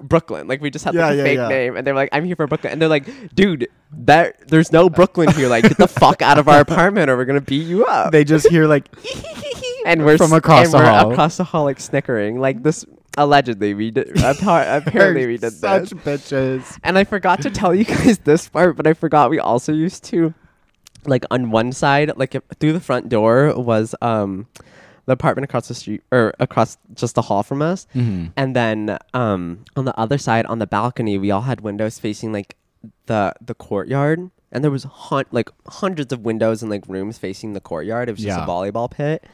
[SPEAKER 3] Brooklyn." Like we just had
[SPEAKER 2] Yeah,
[SPEAKER 3] like, a
[SPEAKER 2] yeah,
[SPEAKER 3] fake
[SPEAKER 2] yeah.
[SPEAKER 3] name, and they're like, "I'm here for Brooklyn," and they're like, "Dude, that there's no Brooklyn here. Like get the fuck out of our apartment, or we're gonna beat you up."
[SPEAKER 2] they just hear like,
[SPEAKER 3] and we're
[SPEAKER 2] From
[SPEAKER 3] s-
[SPEAKER 2] across
[SPEAKER 3] and
[SPEAKER 2] the
[SPEAKER 3] we're
[SPEAKER 2] hall.
[SPEAKER 3] across the hall, like snickering, like this. Allegedly, we did. appa- Apparently, we did
[SPEAKER 2] such
[SPEAKER 3] this.
[SPEAKER 2] bitches.
[SPEAKER 3] And I forgot to tell you guys this part, but I forgot we also used to, like, on one side, like if, through the front door was um, the apartment across the street or across just the hall from us,
[SPEAKER 2] Mm-hmm.
[SPEAKER 3] and then um, on the other side, on the balcony, we all had windows facing like the the courtyard, and there was hun- like hundreds of windows and like rooms facing the courtyard. It was just
[SPEAKER 2] Yeah.
[SPEAKER 3] a volleyball pit.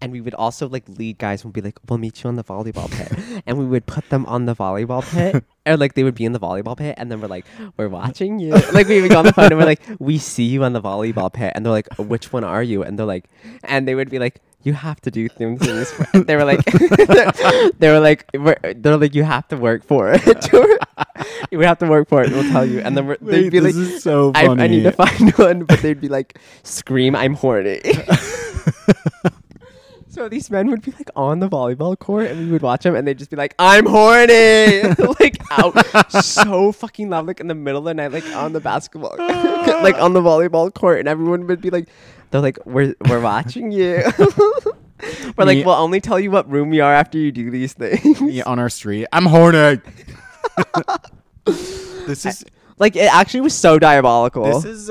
[SPEAKER 3] And we would also like lead guys and be like, "We'll meet you on the volleyball pit," and we would put them on the volleyball pit, or like they would be in the volleyball pit, and then we're like, "We're watching you." Like we would go on the phone and we're like, "We see you on the volleyball pit," and they're like, "Which one are you?" And they're like, and they would be like, "You have to do things." in this for-" They were like, they were like, we're, they're like, "You have to work for it. you have to work for it. and We'll tell you." And then we're, they'd
[SPEAKER 2] Wait,
[SPEAKER 3] be
[SPEAKER 2] this
[SPEAKER 3] like,
[SPEAKER 2] is so
[SPEAKER 3] I,
[SPEAKER 2] funny.
[SPEAKER 3] I need to find one, but they'd be like, scream, I'm horny. so these men would be like on the volleyball court and we would watch them and they'd just be like, I'm horny. like out so fucking loud, like in the middle of the night, like on the basketball, like on the volleyball court. And everyone would be like, they're like, we're, we're watching you. We're like,
[SPEAKER 2] Me-
[SPEAKER 3] we'll only tell you what room you are after you do these things.
[SPEAKER 2] Yeah, on our street, I'm horny. this is
[SPEAKER 3] Like, it actually was so diabolical.
[SPEAKER 2] this is,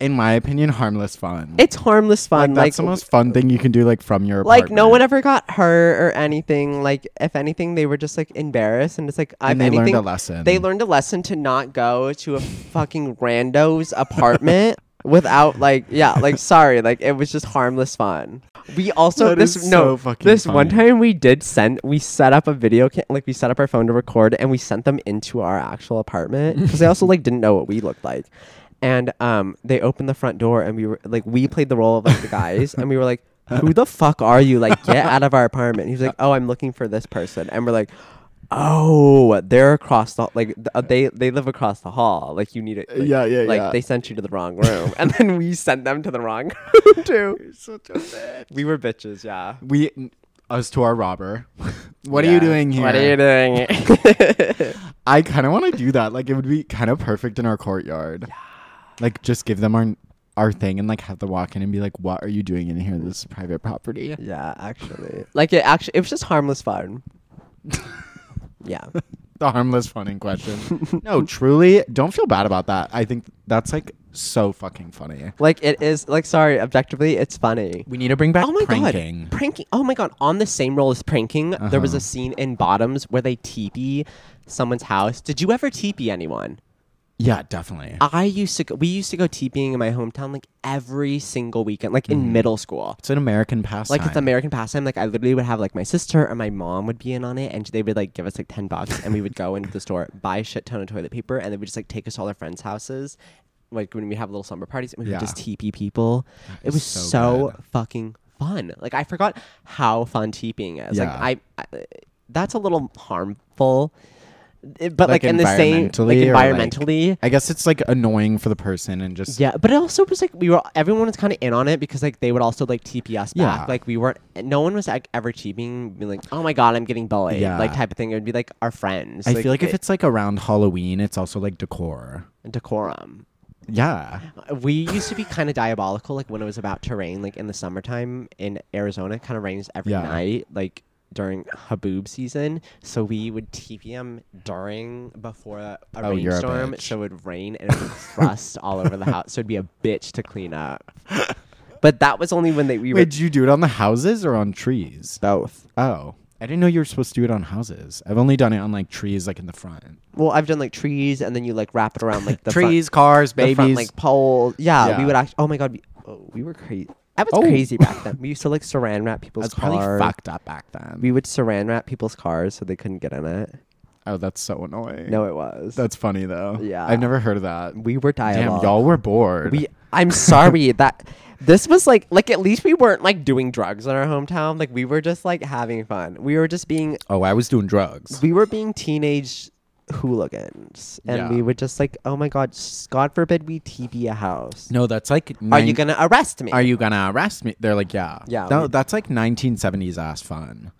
[SPEAKER 2] in my opinion, harmless fun.
[SPEAKER 3] it's harmless
[SPEAKER 2] like,
[SPEAKER 3] fun.
[SPEAKER 2] that's
[SPEAKER 3] Like,
[SPEAKER 2] the most fun thing you can do, like from your
[SPEAKER 3] like
[SPEAKER 2] apartment.
[SPEAKER 3] no one ever got hurt or anything like if anything they were just like embarrassed and it's like i
[SPEAKER 2] And they learned
[SPEAKER 3] anything,
[SPEAKER 2] a lesson.
[SPEAKER 3] they learned a lesson to not go to a fucking rando's apartment without like yeah like sorry like it was just harmless fun we also
[SPEAKER 2] That
[SPEAKER 3] this
[SPEAKER 2] is
[SPEAKER 3] no
[SPEAKER 2] so fucking
[SPEAKER 3] this one
[SPEAKER 2] funny.
[SPEAKER 3] time we did send we set up a video cam like we set up our phone to record and we sent them into our actual apartment because they also like didn't know what we looked like and um they opened the front door and we were like we played the role of like the guys and we were like who the fuck are you like get out of our apartment he was like oh i'm looking for this person and we're like oh they're across the like th- uh, they they live across the hall like you need it like,
[SPEAKER 2] Yeah, yeah,
[SPEAKER 3] like
[SPEAKER 2] yeah.
[SPEAKER 3] they sent you to the wrong room and then we sent them to the wrong room too we were bitches yeah
[SPEAKER 2] we us to our robber. what are you
[SPEAKER 3] Yeah.
[SPEAKER 2] doing here?
[SPEAKER 3] What are you doing?
[SPEAKER 2] I kind of want to do that. Like it would be kind of perfect in our courtyard. Like just give them our our thing and like have them walk in and be like, "What are you doing in here? This is private property."
[SPEAKER 3] yeah, actually, like it actually, it was just harmless fun. yeah,
[SPEAKER 2] The harmless fun in question. no, truly, don't feel bad about that. I think that's like so fucking funny.
[SPEAKER 3] like it is. Like, sorry, objectively, it's funny.
[SPEAKER 2] We need to bring back
[SPEAKER 3] Oh my
[SPEAKER 2] pranking.
[SPEAKER 3] god, pranking! Oh my god, on the same roll as pranking, there was a scene in Bottoms where they teepee someone's house. Did you ever teepee anyone?
[SPEAKER 2] Yeah, definitely.
[SPEAKER 3] I used to. Go, we used to go teepeeing in my hometown like every single weekend, like in middle school.
[SPEAKER 2] it's an American pastime.
[SPEAKER 3] like it's American pastime. Like I literally would have like my sister or my mom would be in on it, and they would like give us like ten bucks, and we would go into the store, buy a shit ton of toilet paper, and they would just like take us to all our friends' houses, like when we have little summer parties, and we
[SPEAKER 2] Yeah.
[SPEAKER 3] would just TP people. It
[SPEAKER 2] is
[SPEAKER 3] was
[SPEAKER 2] so
[SPEAKER 3] so,
[SPEAKER 2] good.
[SPEAKER 3] fucking fun. Like I forgot how fun TPing is.
[SPEAKER 2] Yeah.
[SPEAKER 3] Like I, I, that's a little harmful. It- But like, in the same, like
[SPEAKER 2] environmentally or, like-
[SPEAKER 3] environmentally,
[SPEAKER 2] I guess it's like annoying for the person and just
[SPEAKER 3] yeah, but it also was like we were everyone was kind of in on it because like they would also like TPS back.
[SPEAKER 2] Yeah.
[SPEAKER 3] Like we weren't no one was like ever cheating, being like, "Oh my god, I'm getting bullied,"
[SPEAKER 2] Yeah.
[SPEAKER 3] like type of thing. It would be like our friends.
[SPEAKER 2] I feel like if
[SPEAKER 3] it-
[SPEAKER 2] it's like around Halloween, it's also like decor.
[SPEAKER 3] decorum.
[SPEAKER 2] Yeah.
[SPEAKER 3] We used to be kind of diabolical, like when it was about to rain, like in the summertime in Arizona, it kind of rains every
[SPEAKER 2] Yeah.
[SPEAKER 3] night, like during haboob season. So we would TPM during before a, a
[SPEAKER 2] Oh, you're a
[SPEAKER 3] rainstorm,
[SPEAKER 2] bitch.
[SPEAKER 3] so it would rain and it would crust all over the house. So it'd be a bitch to clean up. But that was only when they we
[SPEAKER 2] Wait,
[SPEAKER 3] were
[SPEAKER 2] did you do it on the houses or on trees?
[SPEAKER 3] both.
[SPEAKER 2] Oh, I didn't know you were supposed to do it on houses. I've only done it on like trees, like in the front.
[SPEAKER 3] Well, I've done like trees, and then you like wrap it around like the front-
[SPEAKER 2] trees, cars,
[SPEAKER 3] the
[SPEAKER 2] babies.
[SPEAKER 3] front, like poles. Yeah, we
[SPEAKER 2] Yeah.
[SPEAKER 3] would actually. Oh my god, we, oh, we were crazy. I was
[SPEAKER 2] Oh.
[SPEAKER 3] crazy back then. We used to like saran wrap people's
[SPEAKER 2] That's probably
[SPEAKER 3] cars.
[SPEAKER 2] fucked up back then.
[SPEAKER 3] We would saran wrap people's cars so they couldn't get in it.
[SPEAKER 2] oh, that's so annoying.
[SPEAKER 3] No, it was.
[SPEAKER 2] that's funny though.
[SPEAKER 3] Yeah.
[SPEAKER 2] I've never heard of that.
[SPEAKER 3] we were
[SPEAKER 2] Damn,
[SPEAKER 3] dialogue.
[SPEAKER 2] y'all were bored.
[SPEAKER 3] We. I'm sorry that this was like like at least we weren't like doing drugs in our hometown. Like we were just like having fun. We were just being
[SPEAKER 2] oh, I was doing drugs.
[SPEAKER 3] we were being teenage hooligans, and
[SPEAKER 2] Yeah.
[SPEAKER 3] we would just like oh my god, s- God forbid we TP a house.
[SPEAKER 2] no, that's like.
[SPEAKER 3] Are
[SPEAKER 2] nine-
[SPEAKER 3] you gonna arrest me?
[SPEAKER 2] Are you gonna arrest me? They're like, yeah.
[SPEAKER 3] Yeah,
[SPEAKER 2] No,
[SPEAKER 3] we-
[SPEAKER 2] that's like 1970s ass fun,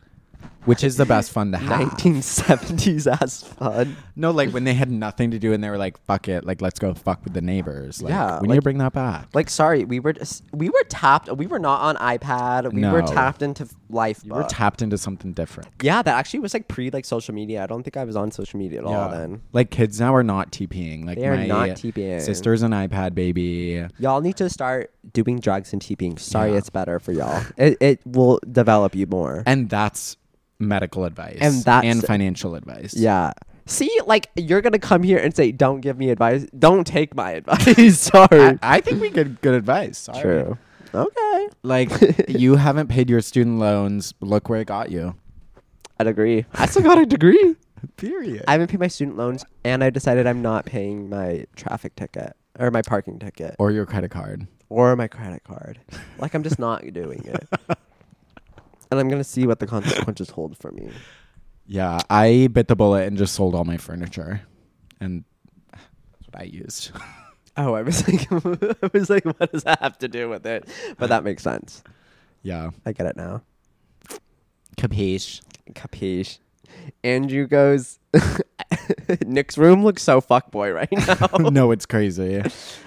[SPEAKER 2] which is the best fun to have.
[SPEAKER 3] 1970s ass fun.
[SPEAKER 2] No, like when they had nothing to do and they were like, fuck it, like let's go fuck with the neighbors. Like,
[SPEAKER 3] Yeah,
[SPEAKER 2] we need to
[SPEAKER 3] like-
[SPEAKER 2] bring that back.
[SPEAKER 3] Like, sorry, we were just, we were tapped. We were not on iPad. We were
[SPEAKER 2] No.
[SPEAKER 3] tapped into life.
[SPEAKER 2] you were
[SPEAKER 3] book.
[SPEAKER 2] tapped into something different.
[SPEAKER 3] yeah, that actually was like pre like social media. I don't think I was on social media at all
[SPEAKER 2] Yeah.
[SPEAKER 3] then.
[SPEAKER 2] Like kids now are not TPing. Like
[SPEAKER 3] They are
[SPEAKER 2] my
[SPEAKER 3] not TPing.
[SPEAKER 2] Sister's an iPad baby.
[SPEAKER 3] Y'all need to start doing drugs and TPing. Sorry, it's better for y'all. It, it will develop you more.
[SPEAKER 2] And that's medical advice.
[SPEAKER 3] And that's-
[SPEAKER 2] and financial advice.
[SPEAKER 3] yeah. See, like you're gonna come here and say, "Don't give me advice. Don't take my advice." sorry.
[SPEAKER 2] I, I think we get good advice. Sorry.
[SPEAKER 3] True. Okay.
[SPEAKER 2] Like you haven't paid your student loans. Look where it got you.
[SPEAKER 3] I'd agree. I still got a degree.
[SPEAKER 2] Period.
[SPEAKER 3] I haven't paid my student loans, and I decided I'm not paying my traffic ticket or my parking ticket
[SPEAKER 2] or your credit card.
[SPEAKER 3] or my credit card. Like I'm just not doing it, and I'm gonna see what the consequences hold for me.
[SPEAKER 2] Yeah, I bit the bullet and just sold all my furniture, and that's what I used.
[SPEAKER 3] Oh, I was like, I was like, what does that have to do with it? But that makes sense.
[SPEAKER 2] yeah,
[SPEAKER 3] I get it now.
[SPEAKER 2] capiche.
[SPEAKER 3] Capiche. Andrew goes. Nick's room looks so fuckboy right now.
[SPEAKER 2] no, it's crazy.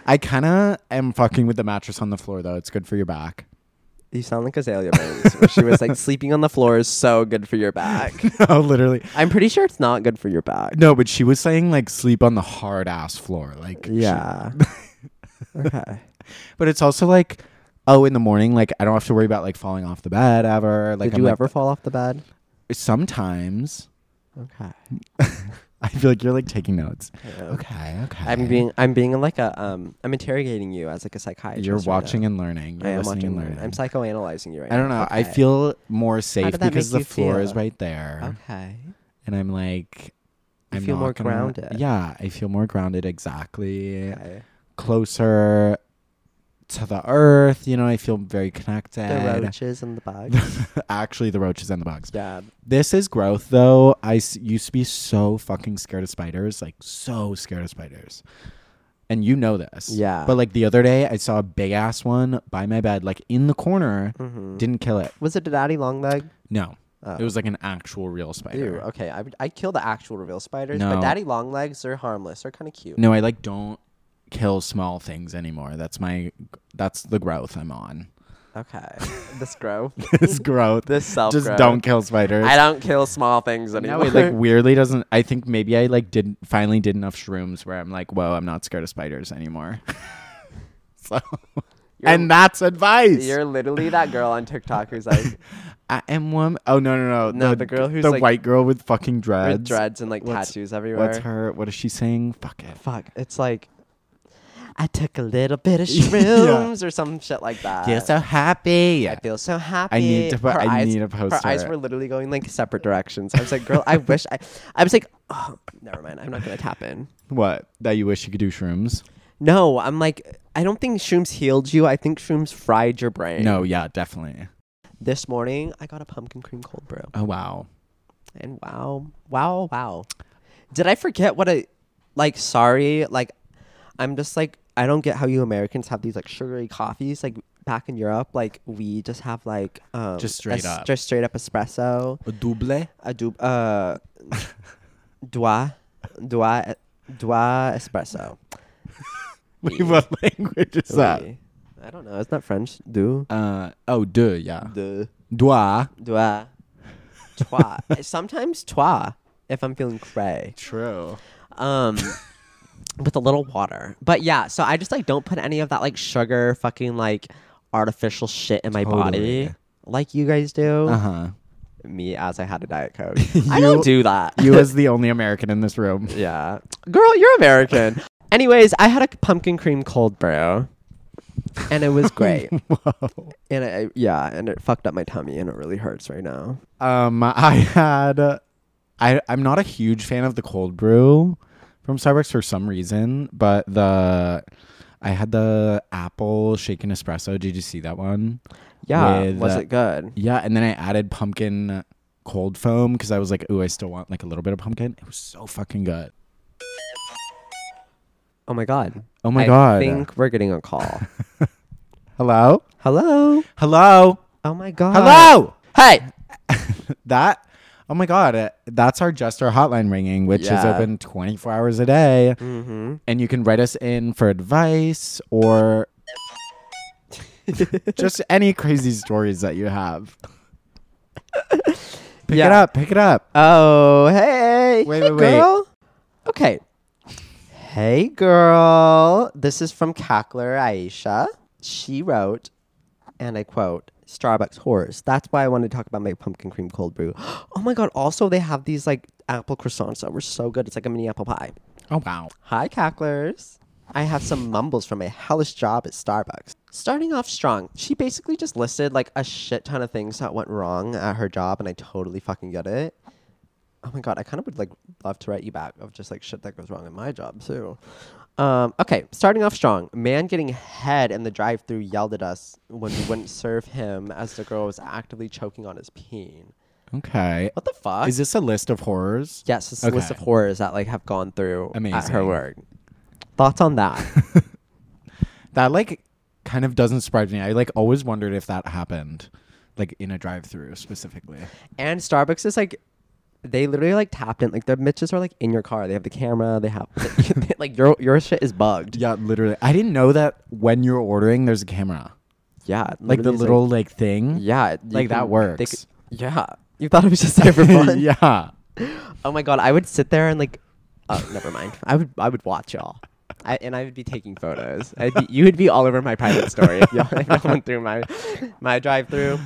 [SPEAKER 2] I kind of am fucking with the mattress on the floor though. It's good for your back.
[SPEAKER 3] you sound like Azalea Banks. where she was like, sleeping on the floor is so good for your back.
[SPEAKER 2] no, Oh, literally.
[SPEAKER 3] I'm pretty sure it's not good for your back.
[SPEAKER 2] No, but she was saying like sleep on the hard ass floor. Like she-
[SPEAKER 3] Yeah. okay.
[SPEAKER 2] but it's also like oh in the morning like I don't have to worry about like falling off the bed ever. Like
[SPEAKER 3] Did
[SPEAKER 2] I'm
[SPEAKER 3] you
[SPEAKER 2] like,
[SPEAKER 3] ever fall off the bed?
[SPEAKER 2] sometimes
[SPEAKER 3] Okay.
[SPEAKER 2] I feel like you're like taking notes. Okay, okay.
[SPEAKER 3] I'm being I'm being like a um I'm interrogating you as like a psychiatrist.
[SPEAKER 2] You're
[SPEAKER 3] right
[SPEAKER 2] watching
[SPEAKER 3] now.
[SPEAKER 2] and learning. You're
[SPEAKER 3] I am
[SPEAKER 2] listening
[SPEAKER 3] watching
[SPEAKER 2] and
[SPEAKER 3] and
[SPEAKER 2] learning.
[SPEAKER 3] I'm psychoanalyzing you right now.
[SPEAKER 2] I don't know. I
[SPEAKER 3] Okay.
[SPEAKER 2] feel more safe
[SPEAKER 3] did that
[SPEAKER 2] because
[SPEAKER 3] make
[SPEAKER 2] the
[SPEAKER 3] you
[SPEAKER 2] floor
[SPEAKER 3] feel?
[SPEAKER 2] is right there,
[SPEAKER 3] Okay.
[SPEAKER 2] and I'm like,
[SPEAKER 3] You
[SPEAKER 2] I'm
[SPEAKER 3] feel
[SPEAKER 2] not
[SPEAKER 3] more
[SPEAKER 2] gonna-
[SPEAKER 3] grounded.
[SPEAKER 2] Yeah, I feel more grounded. Exactly,
[SPEAKER 3] Okay.
[SPEAKER 2] closer to the earth. You know, I feel very connected.
[SPEAKER 3] The roaches and the bugs.
[SPEAKER 2] Actually, the roaches and the bugs.
[SPEAKER 3] yeah.
[SPEAKER 2] This is growth, though. I s- used to be so fucking scared of spiders, like so scared of spiders. And you know this.
[SPEAKER 3] Yeah.
[SPEAKER 2] But like the other day, I saw a big ass one by my bed, like in the corner.
[SPEAKER 3] Mm-hmm.
[SPEAKER 2] Didn't kill it.
[SPEAKER 3] Was it a daddy long leg? Oh,
[SPEAKER 2] No. It was like an actual real spider.
[SPEAKER 3] Uh, Ew. uh, Okay. I would I kill the actual reveal spiders, but
[SPEAKER 2] No.
[SPEAKER 3] daddy long legs are harmless. They're kind of cute.
[SPEAKER 2] No, I like don't kill small things anymore. That's my that's the growth I'm on.
[SPEAKER 3] Okay. this grow.
[SPEAKER 2] This growth.
[SPEAKER 3] This
[SPEAKER 2] just
[SPEAKER 3] self-growth.
[SPEAKER 2] don't kill spiders.
[SPEAKER 3] I don't kill small things
[SPEAKER 2] now
[SPEAKER 3] anymore.
[SPEAKER 2] it like weirdly doesn't I think maybe I like did finally did enough shrooms where I'm like, whoa, I'm not scared of spiders anymore. so and that's advice.
[SPEAKER 3] You're literally that girl on TikTok who's like
[SPEAKER 2] I am one oh no no no
[SPEAKER 3] No, the girl who's,
[SPEAKER 2] the
[SPEAKER 3] like-
[SPEAKER 2] white girl with fucking dreads.
[SPEAKER 3] with dreads and like
[SPEAKER 2] What's-
[SPEAKER 3] tattoos everywhere.
[SPEAKER 2] What's her what is she saying? Fuck it.
[SPEAKER 3] fuck, it's like I took a little bit of
[SPEAKER 2] Yeah.
[SPEAKER 3] shrooms or some shit like that.
[SPEAKER 2] You're so happy.
[SPEAKER 3] Uh, I feel so happy.
[SPEAKER 2] need to po-
[SPEAKER 3] Her
[SPEAKER 2] I
[SPEAKER 3] eyes-
[SPEAKER 2] need to post
[SPEAKER 3] Her eyes
[SPEAKER 2] her.
[SPEAKER 3] were literally going like separate directions. I was like, girl, I wish I. I was like, oh, never mind. I'm not gonna tap in.
[SPEAKER 2] What? That you wish you could do shrooms?
[SPEAKER 3] No, I'm like, I don't think shrooms healed you. I think shrooms fried your brain.
[SPEAKER 2] No, yeah, definitely.
[SPEAKER 3] This morning I got a pumpkin cream cold brew,
[SPEAKER 2] Oh wow.
[SPEAKER 3] and wow, wow, wow. Did I forget what I like? Sorry, like, I'm just like, I don't get how you Americans have these like sugary coffees like. Back in Europe, like we just have like um,
[SPEAKER 2] Just straight
[SPEAKER 3] es-
[SPEAKER 2] up.
[SPEAKER 3] just straight up espresso.
[SPEAKER 2] A double?
[SPEAKER 3] a du- uh, dois, dois, dois espresso.
[SPEAKER 2] Wait, what language is that?
[SPEAKER 3] Oui. I don't know. It's not French. Do.
[SPEAKER 2] Uh, oh, deux, yeah.
[SPEAKER 3] De.
[SPEAKER 2] Dwa.
[SPEAKER 3] Doi. Toi. Sometimes toi, if I'm feeling cray.
[SPEAKER 2] True.
[SPEAKER 3] Um, with a little water. But yeah, so I just like don't put any of that like sugar, fucking like artificial shit in my body
[SPEAKER 2] Totally.
[SPEAKER 3] like you guys do.
[SPEAKER 2] Uh huh.
[SPEAKER 3] Me as I had a diet coke. I don't
[SPEAKER 2] You-
[SPEAKER 3] do that.
[SPEAKER 2] You as the only American in this room.
[SPEAKER 3] yeah, girl, you're American. Anyways, I had a pumpkin cream cold brew, and it was great.
[SPEAKER 2] Whoa.
[SPEAKER 3] and I, yeah, and it fucked up my tummy, and it really hurts right now.
[SPEAKER 2] Um, I had, I I'm not a huge fan of the cold brew from Starbucks for some reason, but the I had the apple shaken espresso. Did you see that one?
[SPEAKER 3] Yeah,
[SPEAKER 2] With,
[SPEAKER 3] was
[SPEAKER 2] uh,
[SPEAKER 3] it good?
[SPEAKER 2] Yeah, and then I added pumpkin cold foam because I was like, ooh, I still want like a little bit of pumpkin. It was so fucking good.
[SPEAKER 3] Oh my god.
[SPEAKER 2] Oh my
[SPEAKER 3] I
[SPEAKER 2] god.
[SPEAKER 3] think we're getting a call.
[SPEAKER 2] Hello.
[SPEAKER 3] Hello.
[SPEAKER 2] Hello.
[SPEAKER 3] Oh my god.
[SPEAKER 2] Hello.
[SPEAKER 3] Hey.
[SPEAKER 2] That. Oh my god. uh, That's our just our hotline ringing, which is
[SPEAKER 3] Yeah.
[SPEAKER 2] open 24 hours a day.
[SPEAKER 3] Mm-hmm.
[SPEAKER 2] and you can write us in for advice or just any crazy stories that you have. Pick it
[SPEAKER 3] Yeah.
[SPEAKER 2] up, pick it up.
[SPEAKER 3] Oh hey.
[SPEAKER 2] Wait, wait,
[SPEAKER 3] hey,
[SPEAKER 2] wait.
[SPEAKER 3] girl. Okay. Hey girl. This is from Cackler Aisha. She wrote, and I quote. Starbucks horrors. That's why I wanted to talk about my pumpkin cream cold brew. Oh my god! Also, they have these like apple croissants that were so good. It's like a mini apple pie.
[SPEAKER 2] Oh wow.
[SPEAKER 3] Hi, cacklers. I have some mumbles from my hellish job at Starbucks. Starting off strong, she basically just listed like a shit ton of things that went wrong at her job, and I totally fucking get it. Oh my god, I kind of would like love to write you back of just like shit that goes wrong at my job too. Um, okay, starting off strong. Man getting head in the drive-through yelled at us when we wouldn't serve him as the girl was actively choking on his peen.
[SPEAKER 2] Okay.
[SPEAKER 3] What the fuck?
[SPEAKER 2] Is this a list of horrors?
[SPEAKER 3] Yes, it's a list of
[SPEAKER 2] Okay.
[SPEAKER 3] horrors that like have gone through at her
[SPEAKER 2] Amazing.
[SPEAKER 3] work. Thoughts on that?
[SPEAKER 2] That like kind of doesn't surprise me. I like always wondered if that happened. Like in a drive through specifically.
[SPEAKER 3] and Starbucks is like, they literally like tapped in. Like their bitches are like in your car. They have the camera. They have like your your shit is bugged.
[SPEAKER 2] Yeah, literally. I didn't know that when you're ordering there's a camera.
[SPEAKER 3] Yeah, it
[SPEAKER 2] Like the
[SPEAKER 3] literally is,
[SPEAKER 2] little like, thing.
[SPEAKER 3] yeah, you
[SPEAKER 2] like, that
[SPEAKER 3] they
[SPEAKER 2] works.
[SPEAKER 3] c- yeah, you thought it was just there for fun.
[SPEAKER 2] yeah.
[SPEAKER 3] Oh my god, I would sit there and like, oh, never mind. I would I would watch y'all. I, and I would be taking photos. I'd be, you would be all over my private story if y'all, if y'all went through my my drive through.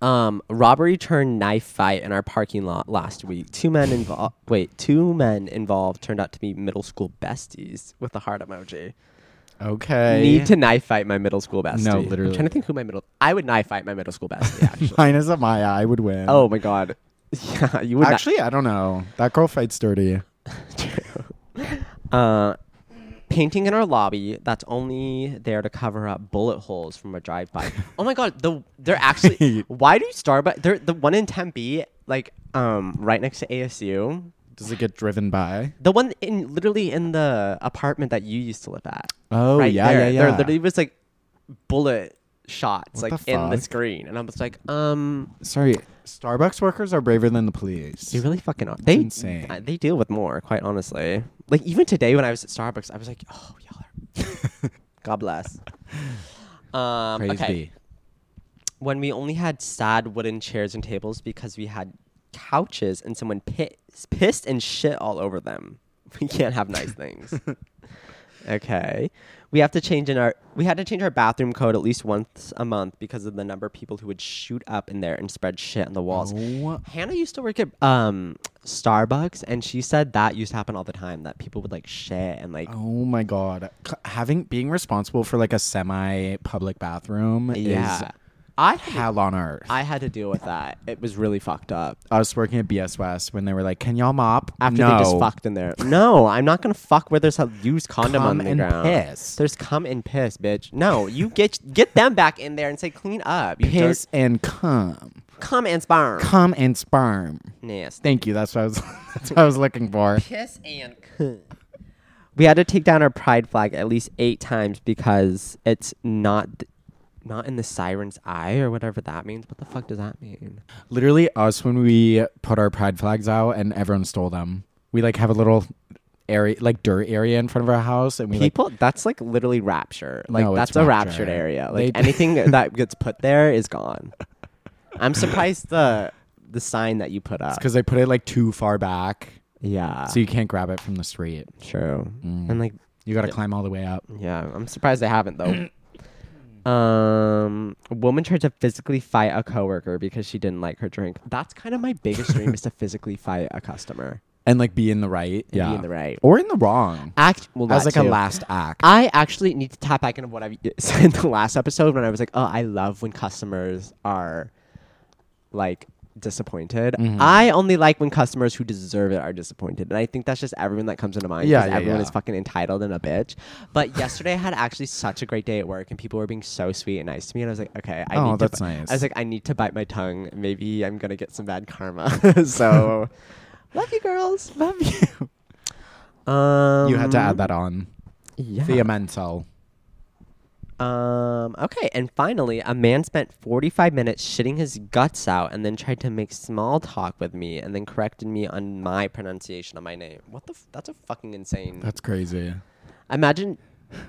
[SPEAKER 3] Um, robbery turned knife fight in our parking lot last week. Two men involved. Wait, two men involved turned out to be middle school besties with a heart emoji.
[SPEAKER 2] Okay.
[SPEAKER 3] Need to knife fight my middle school bestie. I'm
[SPEAKER 2] literally.
[SPEAKER 3] trying to think who my middle. I would knife fight my middle school bestie. Actually.
[SPEAKER 2] Mine is a Maya, I would win.
[SPEAKER 3] oh my god. Yeah, you would not-
[SPEAKER 2] Actually, I don't know. That girl fights dirty.
[SPEAKER 3] Uh, painting in our lobby that's only there to cover up bullet holes from a drive-by. oh my god, the they're actually why do Starbucks they're the one in Tempe, like um right next to ASU.
[SPEAKER 2] Does it get driven by?
[SPEAKER 3] The one in literally in the apartment that you used to live at.
[SPEAKER 2] Oh,
[SPEAKER 3] right
[SPEAKER 2] yeah,
[SPEAKER 3] there.
[SPEAKER 2] yeah,
[SPEAKER 3] There
[SPEAKER 2] yeah.
[SPEAKER 3] literally was like bullet shots
[SPEAKER 2] What
[SPEAKER 3] like
[SPEAKER 2] the
[SPEAKER 3] in the
[SPEAKER 2] fuck?
[SPEAKER 3] screen. And I was like, um
[SPEAKER 2] Sorry, Starbucks workers are braver than the police.
[SPEAKER 3] They really fucking are. They
[SPEAKER 2] insane.
[SPEAKER 3] uh, they deal with more, quite honestly. Like even today when I was at Starbucks, I was like, oh y'all are. God bless. Um,
[SPEAKER 2] Praise
[SPEAKER 3] okay.
[SPEAKER 2] be.
[SPEAKER 3] When we only had sad wooden chairs and tables because we had couches and someone piss, pissed and shit all over them. We can't have nice things. okay. We have to change in our we had to change our bathroom code at least once a month because of the number of people who would shoot up in there and spread shit on the walls.
[SPEAKER 2] Oh.
[SPEAKER 3] Hannah used to work at um Starbucks, and she said that used to happen all the time. That people would like shit and like
[SPEAKER 2] Oh my god, C- having being responsible for like a semi-public bathroom
[SPEAKER 3] yeah.
[SPEAKER 2] is
[SPEAKER 3] I had to-
[SPEAKER 2] hell on earth.
[SPEAKER 3] I had to deal with that. It was really fucked up.
[SPEAKER 2] Us working at BS West when they were like, "Can y'all mop?"
[SPEAKER 3] After
[SPEAKER 2] no.
[SPEAKER 3] they just fucked in there. No, I'm not gonna fuck where there's a used condom
[SPEAKER 2] Cum
[SPEAKER 3] on the
[SPEAKER 2] and
[SPEAKER 3] ground.
[SPEAKER 2] piss.
[SPEAKER 3] There's cum and piss, bitch. No, you get get them back in there and say clean up. You
[SPEAKER 2] piss
[SPEAKER 3] dirt-
[SPEAKER 2] and cum,
[SPEAKER 3] cum and sperm.
[SPEAKER 2] cum and sperm.
[SPEAKER 3] Nasty.
[SPEAKER 2] Thank you. That's what I was. that's what I was looking for.
[SPEAKER 3] piss and cunt. We had to take down our pride flag at least eight times because it's not not in the siren's eye or whatever that means. What the fuck does that mean?
[SPEAKER 2] Literally, us when we put our pride flags out and everyone stole them. We like have a little area, like dirt area in front of our house, and we like
[SPEAKER 3] People, that's like literally rapture. Like
[SPEAKER 2] No, it's
[SPEAKER 3] that's a
[SPEAKER 2] rapture.
[SPEAKER 3] raptured area. Like
[SPEAKER 2] They-
[SPEAKER 3] anything that gets put there is gone. I'm surprised the the sign that you put up.
[SPEAKER 2] because they put it like too far back,
[SPEAKER 3] yeah,
[SPEAKER 2] so you can't grab it from the street.
[SPEAKER 3] true.
[SPEAKER 2] Mm.
[SPEAKER 3] And like,
[SPEAKER 2] You got to climb all the way up.
[SPEAKER 3] yeah, I'm surprised they haven't though. um, a woman tried to physically fight a coworker because she didn't like her drink. That's kind of my biggest dream is to physically fight a customer.
[SPEAKER 2] and like be in the right,
[SPEAKER 3] be in the right.
[SPEAKER 2] or in the wrong
[SPEAKER 3] Act well,
[SPEAKER 2] as
[SPEAKER 3] that
[SPEAKER 2] like a
[SPEAKER 3] too.
[SPEAKER 2] last act.
[SPEAKER 3] I actually need to tap back into what I said in the last episode when I was like, oh, I love when customers are like disappointed.
[SPEAKER 2] Mm-hmm.
[SPEAKER 3] I only like when customers who deserve it are disappointed. And I think that's just everyone that comes into mind
[SPEAKER 2] Yeah,
[SPEAKER 3] because
[SPEAKER 2] yeah,
[SPEAKER 3] everyone
[SPEAKER 2] yeah.
[SPEAKER 3] is fucking entitled and a bitch. But yesterday I had actually such a great day at work and people were being so sweet and nice to me. And I was like, okay, I
[SPEAKER 2] Oh,
[SPEAKER 3] need
[SPEAKER 2] that's
[SPEAKER 3] to. bi-
[SPEAKER 2] nice.
[SPEAKER 3] I was like, I need to bite my tongue. Maybe I'm going to get some bad karma. so love you girls. Love you. Um,
[SPEAKER 2] you had to add that on.
[SPEAKER 3] Yeah.
[SPEAKER 2] The mental.
[SPEAKER 3] Um, okay, and finally, a man spent 45 minutes shitting his guts out and then tried to make small talk with me and then corrected me on my pronunciation of my name. What the? F- that's a fucking insane.
[SPEAKER 2] That's crazy.
[SPEAKER 3] Imagine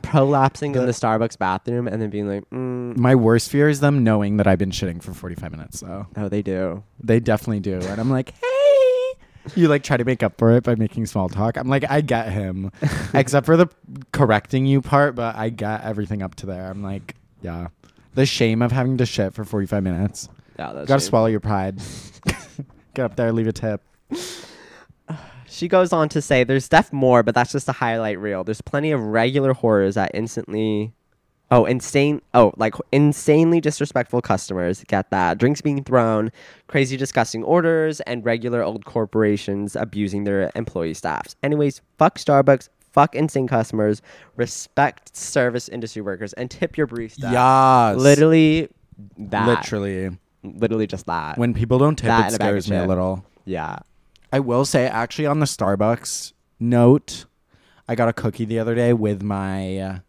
[SPEAKER 3] prolapsing in the Starbucks bathroom and then being like, mm,
[SPEAKER 2] My worst fear is them knowing that I've been shitting for 45 minutes though.
[SPEAKER 3] oh, they do.
[SPEAKER 2] They definitely do. And I'm like, "Hey." You like try to make up for it by making small talk. I'm like, "I get him." Except for the correcting you part, but I get everything up to there. I'm like, yeah. The shame of having to shit for 45 minutes.
[SPEAKER 3] Yeah, that's
[SPEAKER 2] Got to
[SPEAKER 3] true.
[SPEAKER 2] swallow your pride. get up there, leave a tip.
[SPEAKER 3] She goes on to say, "There's def more, but that's just a highlight reel. There's plenty of regular horrors that instantly, oh, insane, oh, like insanely disrespectful customers. Get that? Drinks being thrown, crazy disgusting orders, and regular old corporations abusing their employee staffs. Anyways, fuck Starbucks." Fuck insane customers, respect service industry workers, and tip your barista.
[SPEAKER 2] Yes.
[SPEAKER 3] literally that.
[SPEAKER 2] Literally.
[SPEAKER 3] literally just that.
[SPEAKER 2] When people don't tip,
[SPEAKER 3] That
[SPEAKER 2] it
[SPEAKER 3] and a bag of
[SPEAKER 2] scares me a
[SPEAKER 3] chips.
[SPEAKER 2] little.
[SPEAKER 3] yeah,
[SPEAKER 2] I will say, actually, on the Starbucks note, I got a cookie the other day with my uh,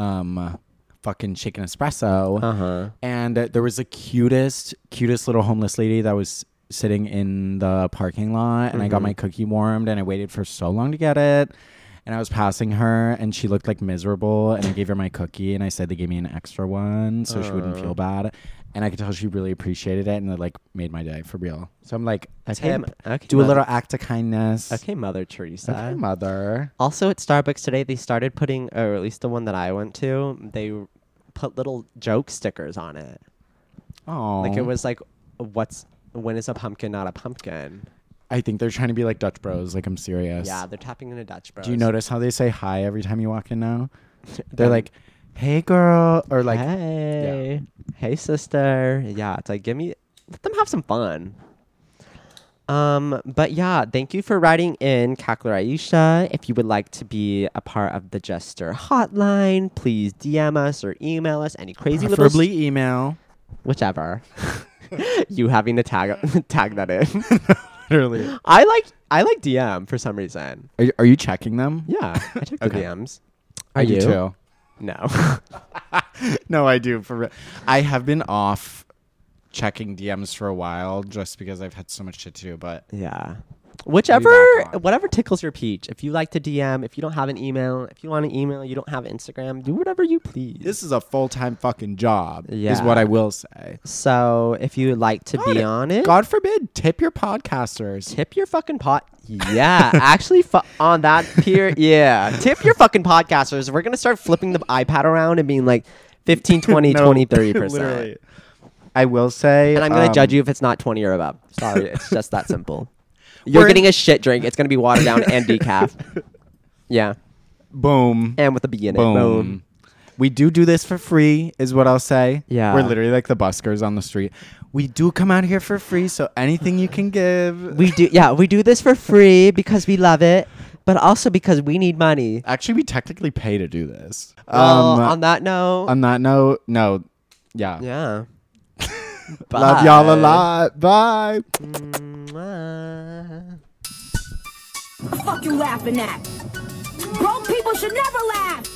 [SPEAKER 2] um, fucking chicken espresso.
[SPEAKER 3] Uh-huh.
[SPEAKER 2] And uh, there was the cutest, cutest little homeless lady that was sitting in the parking lot. And I got my cookie warmed and I waited for so long to get it. And I was passing her and she looked like miserable. And I gave her my cookie and I said they gave me an extra one so she wouldn't feel bad. And I could tell she really appreciated it and it like made my day for real. So I'm like,
[SPEAKER 3] Okay,
[SPEAKER 2] tip.
[SPEAKER 3] m- okay,
[SPEAKER 2] do a
[SPEAKER 3] mother-
[SPEAKER 2] little act of kindness.
[SPEAKER 3] okay, Mother Teresa.
[SPEAKER 2] Okay, mother.
[SPEAKER 3] Also at Starbucks today, they started putting, or at least the one that I went to, they r- put little joke stickers on it.
[SPEAKER 2] Oh,
[SPEAKER 3] Like it was like, what's when is a pumpkin not a pumpkin?
[SPEAKER 2] I think they're trying to be like Dutch bros. Like I'm serious.
[SPEAKER 3] Yeah, they're tapping into Dutch bros.
[SPEAKER 2] Do you notice how they say hi every time you walk in now? They're
[SPEAKER 3] Um,
[SPEAKER 2] like, "Hey, girl," or like,
[SPEAKER 3] hey, hey, sister. Yeah, it's like give me, let them have some fun. Um, but yeah, thank you for writing in, Kakler Aisha. If you would like to be a part of the Jester Hotline, please DM us or email us any crazy little
[SPEAKER 2] preferably email.
[SPEAKER 3] whichever. you having to tag tag that in.
[SPEAKER 2] Literally.
[SPEAKER 3] I like I like DM for some reason.
[SPEAKER 2] Are you, are you checking them?
[SPEAKER 3] Yeah, I took the
[SPEAKER 2] Okay.
[SPEAKER 3] DMs.
[SPEAKER 2] I do too.
[SPEAKER 3] No.
[SPEAKER 2] No, I do. For real. I have been off checking DMs for a while just because I've had so much shit to do. But
[SPEAKER 3] yeah. Whichever,
[SPEAKER 2] back on.
[SPEAKER 3] whatever tickles your peach. If you like to DM, if you don't have an email, if you want an email, you don't have Instagram, do whatever you please.
[SPEAKER 2] this is a full time fucking job. Is
[SPEAKER 3] Yeah.
[SPEAKER 2] what I will say.
[SPEAKER 3] so if you would like to be on it,
[SPEAKER 2] God forbid, tip your podcasters.
[SPEAKER 3] tip your fucking pot. Yeah, actually, fu- on that pier, yeah. Tip your fucking podcasters. We're going to start flipping the iPad around and being like 15, 20,
[SPEAKER 2] No,
[SPEAKER 3] 20, 30%.
[SPEAKER 2] literally. I will say,
[SPEAKER 3] And I'm going to
[SPEAKER 2] um,
[SPEAKER 3] judge you if it's not 20 or above. Sorry, it's just that simple. You're
[SPEAKER 2] We're-
[SPEAKER 3] getting a shit drink. It's going to be watered down and decaf. Yeah.
[SPEAKER 2] Boom.
[SPEAKER 3] And with the beginning.
[SPEAKER 2] boom. We do do this for free, is what I'll say.
[SPEAKER 3] Yeah.
[SPEAKER 2] We're literally like the buskers on the street. We do come out here for free, so anything you can give.
[SPEAKER 3] We do, yeah, we do this for free because we love it, but also because we need money.
[SPEAKER 2] Actually, we technically pay to do this.
[SPEAKER 3] Well,
[SPEAKER 2] um,
[SPEAKER 3] on
[SPEAKER 2] on,
[SPEAKER 3] that note,
[SPEAKER 2] that note, no. Yeah.
[SPEAKER 3] yeah.
[SPEAKER 2] Love y'all a lot. Bye.
[SPEAKER 3] lot.
[SPEAKER 1] The fuck you laughing at? Broke people should never laugh.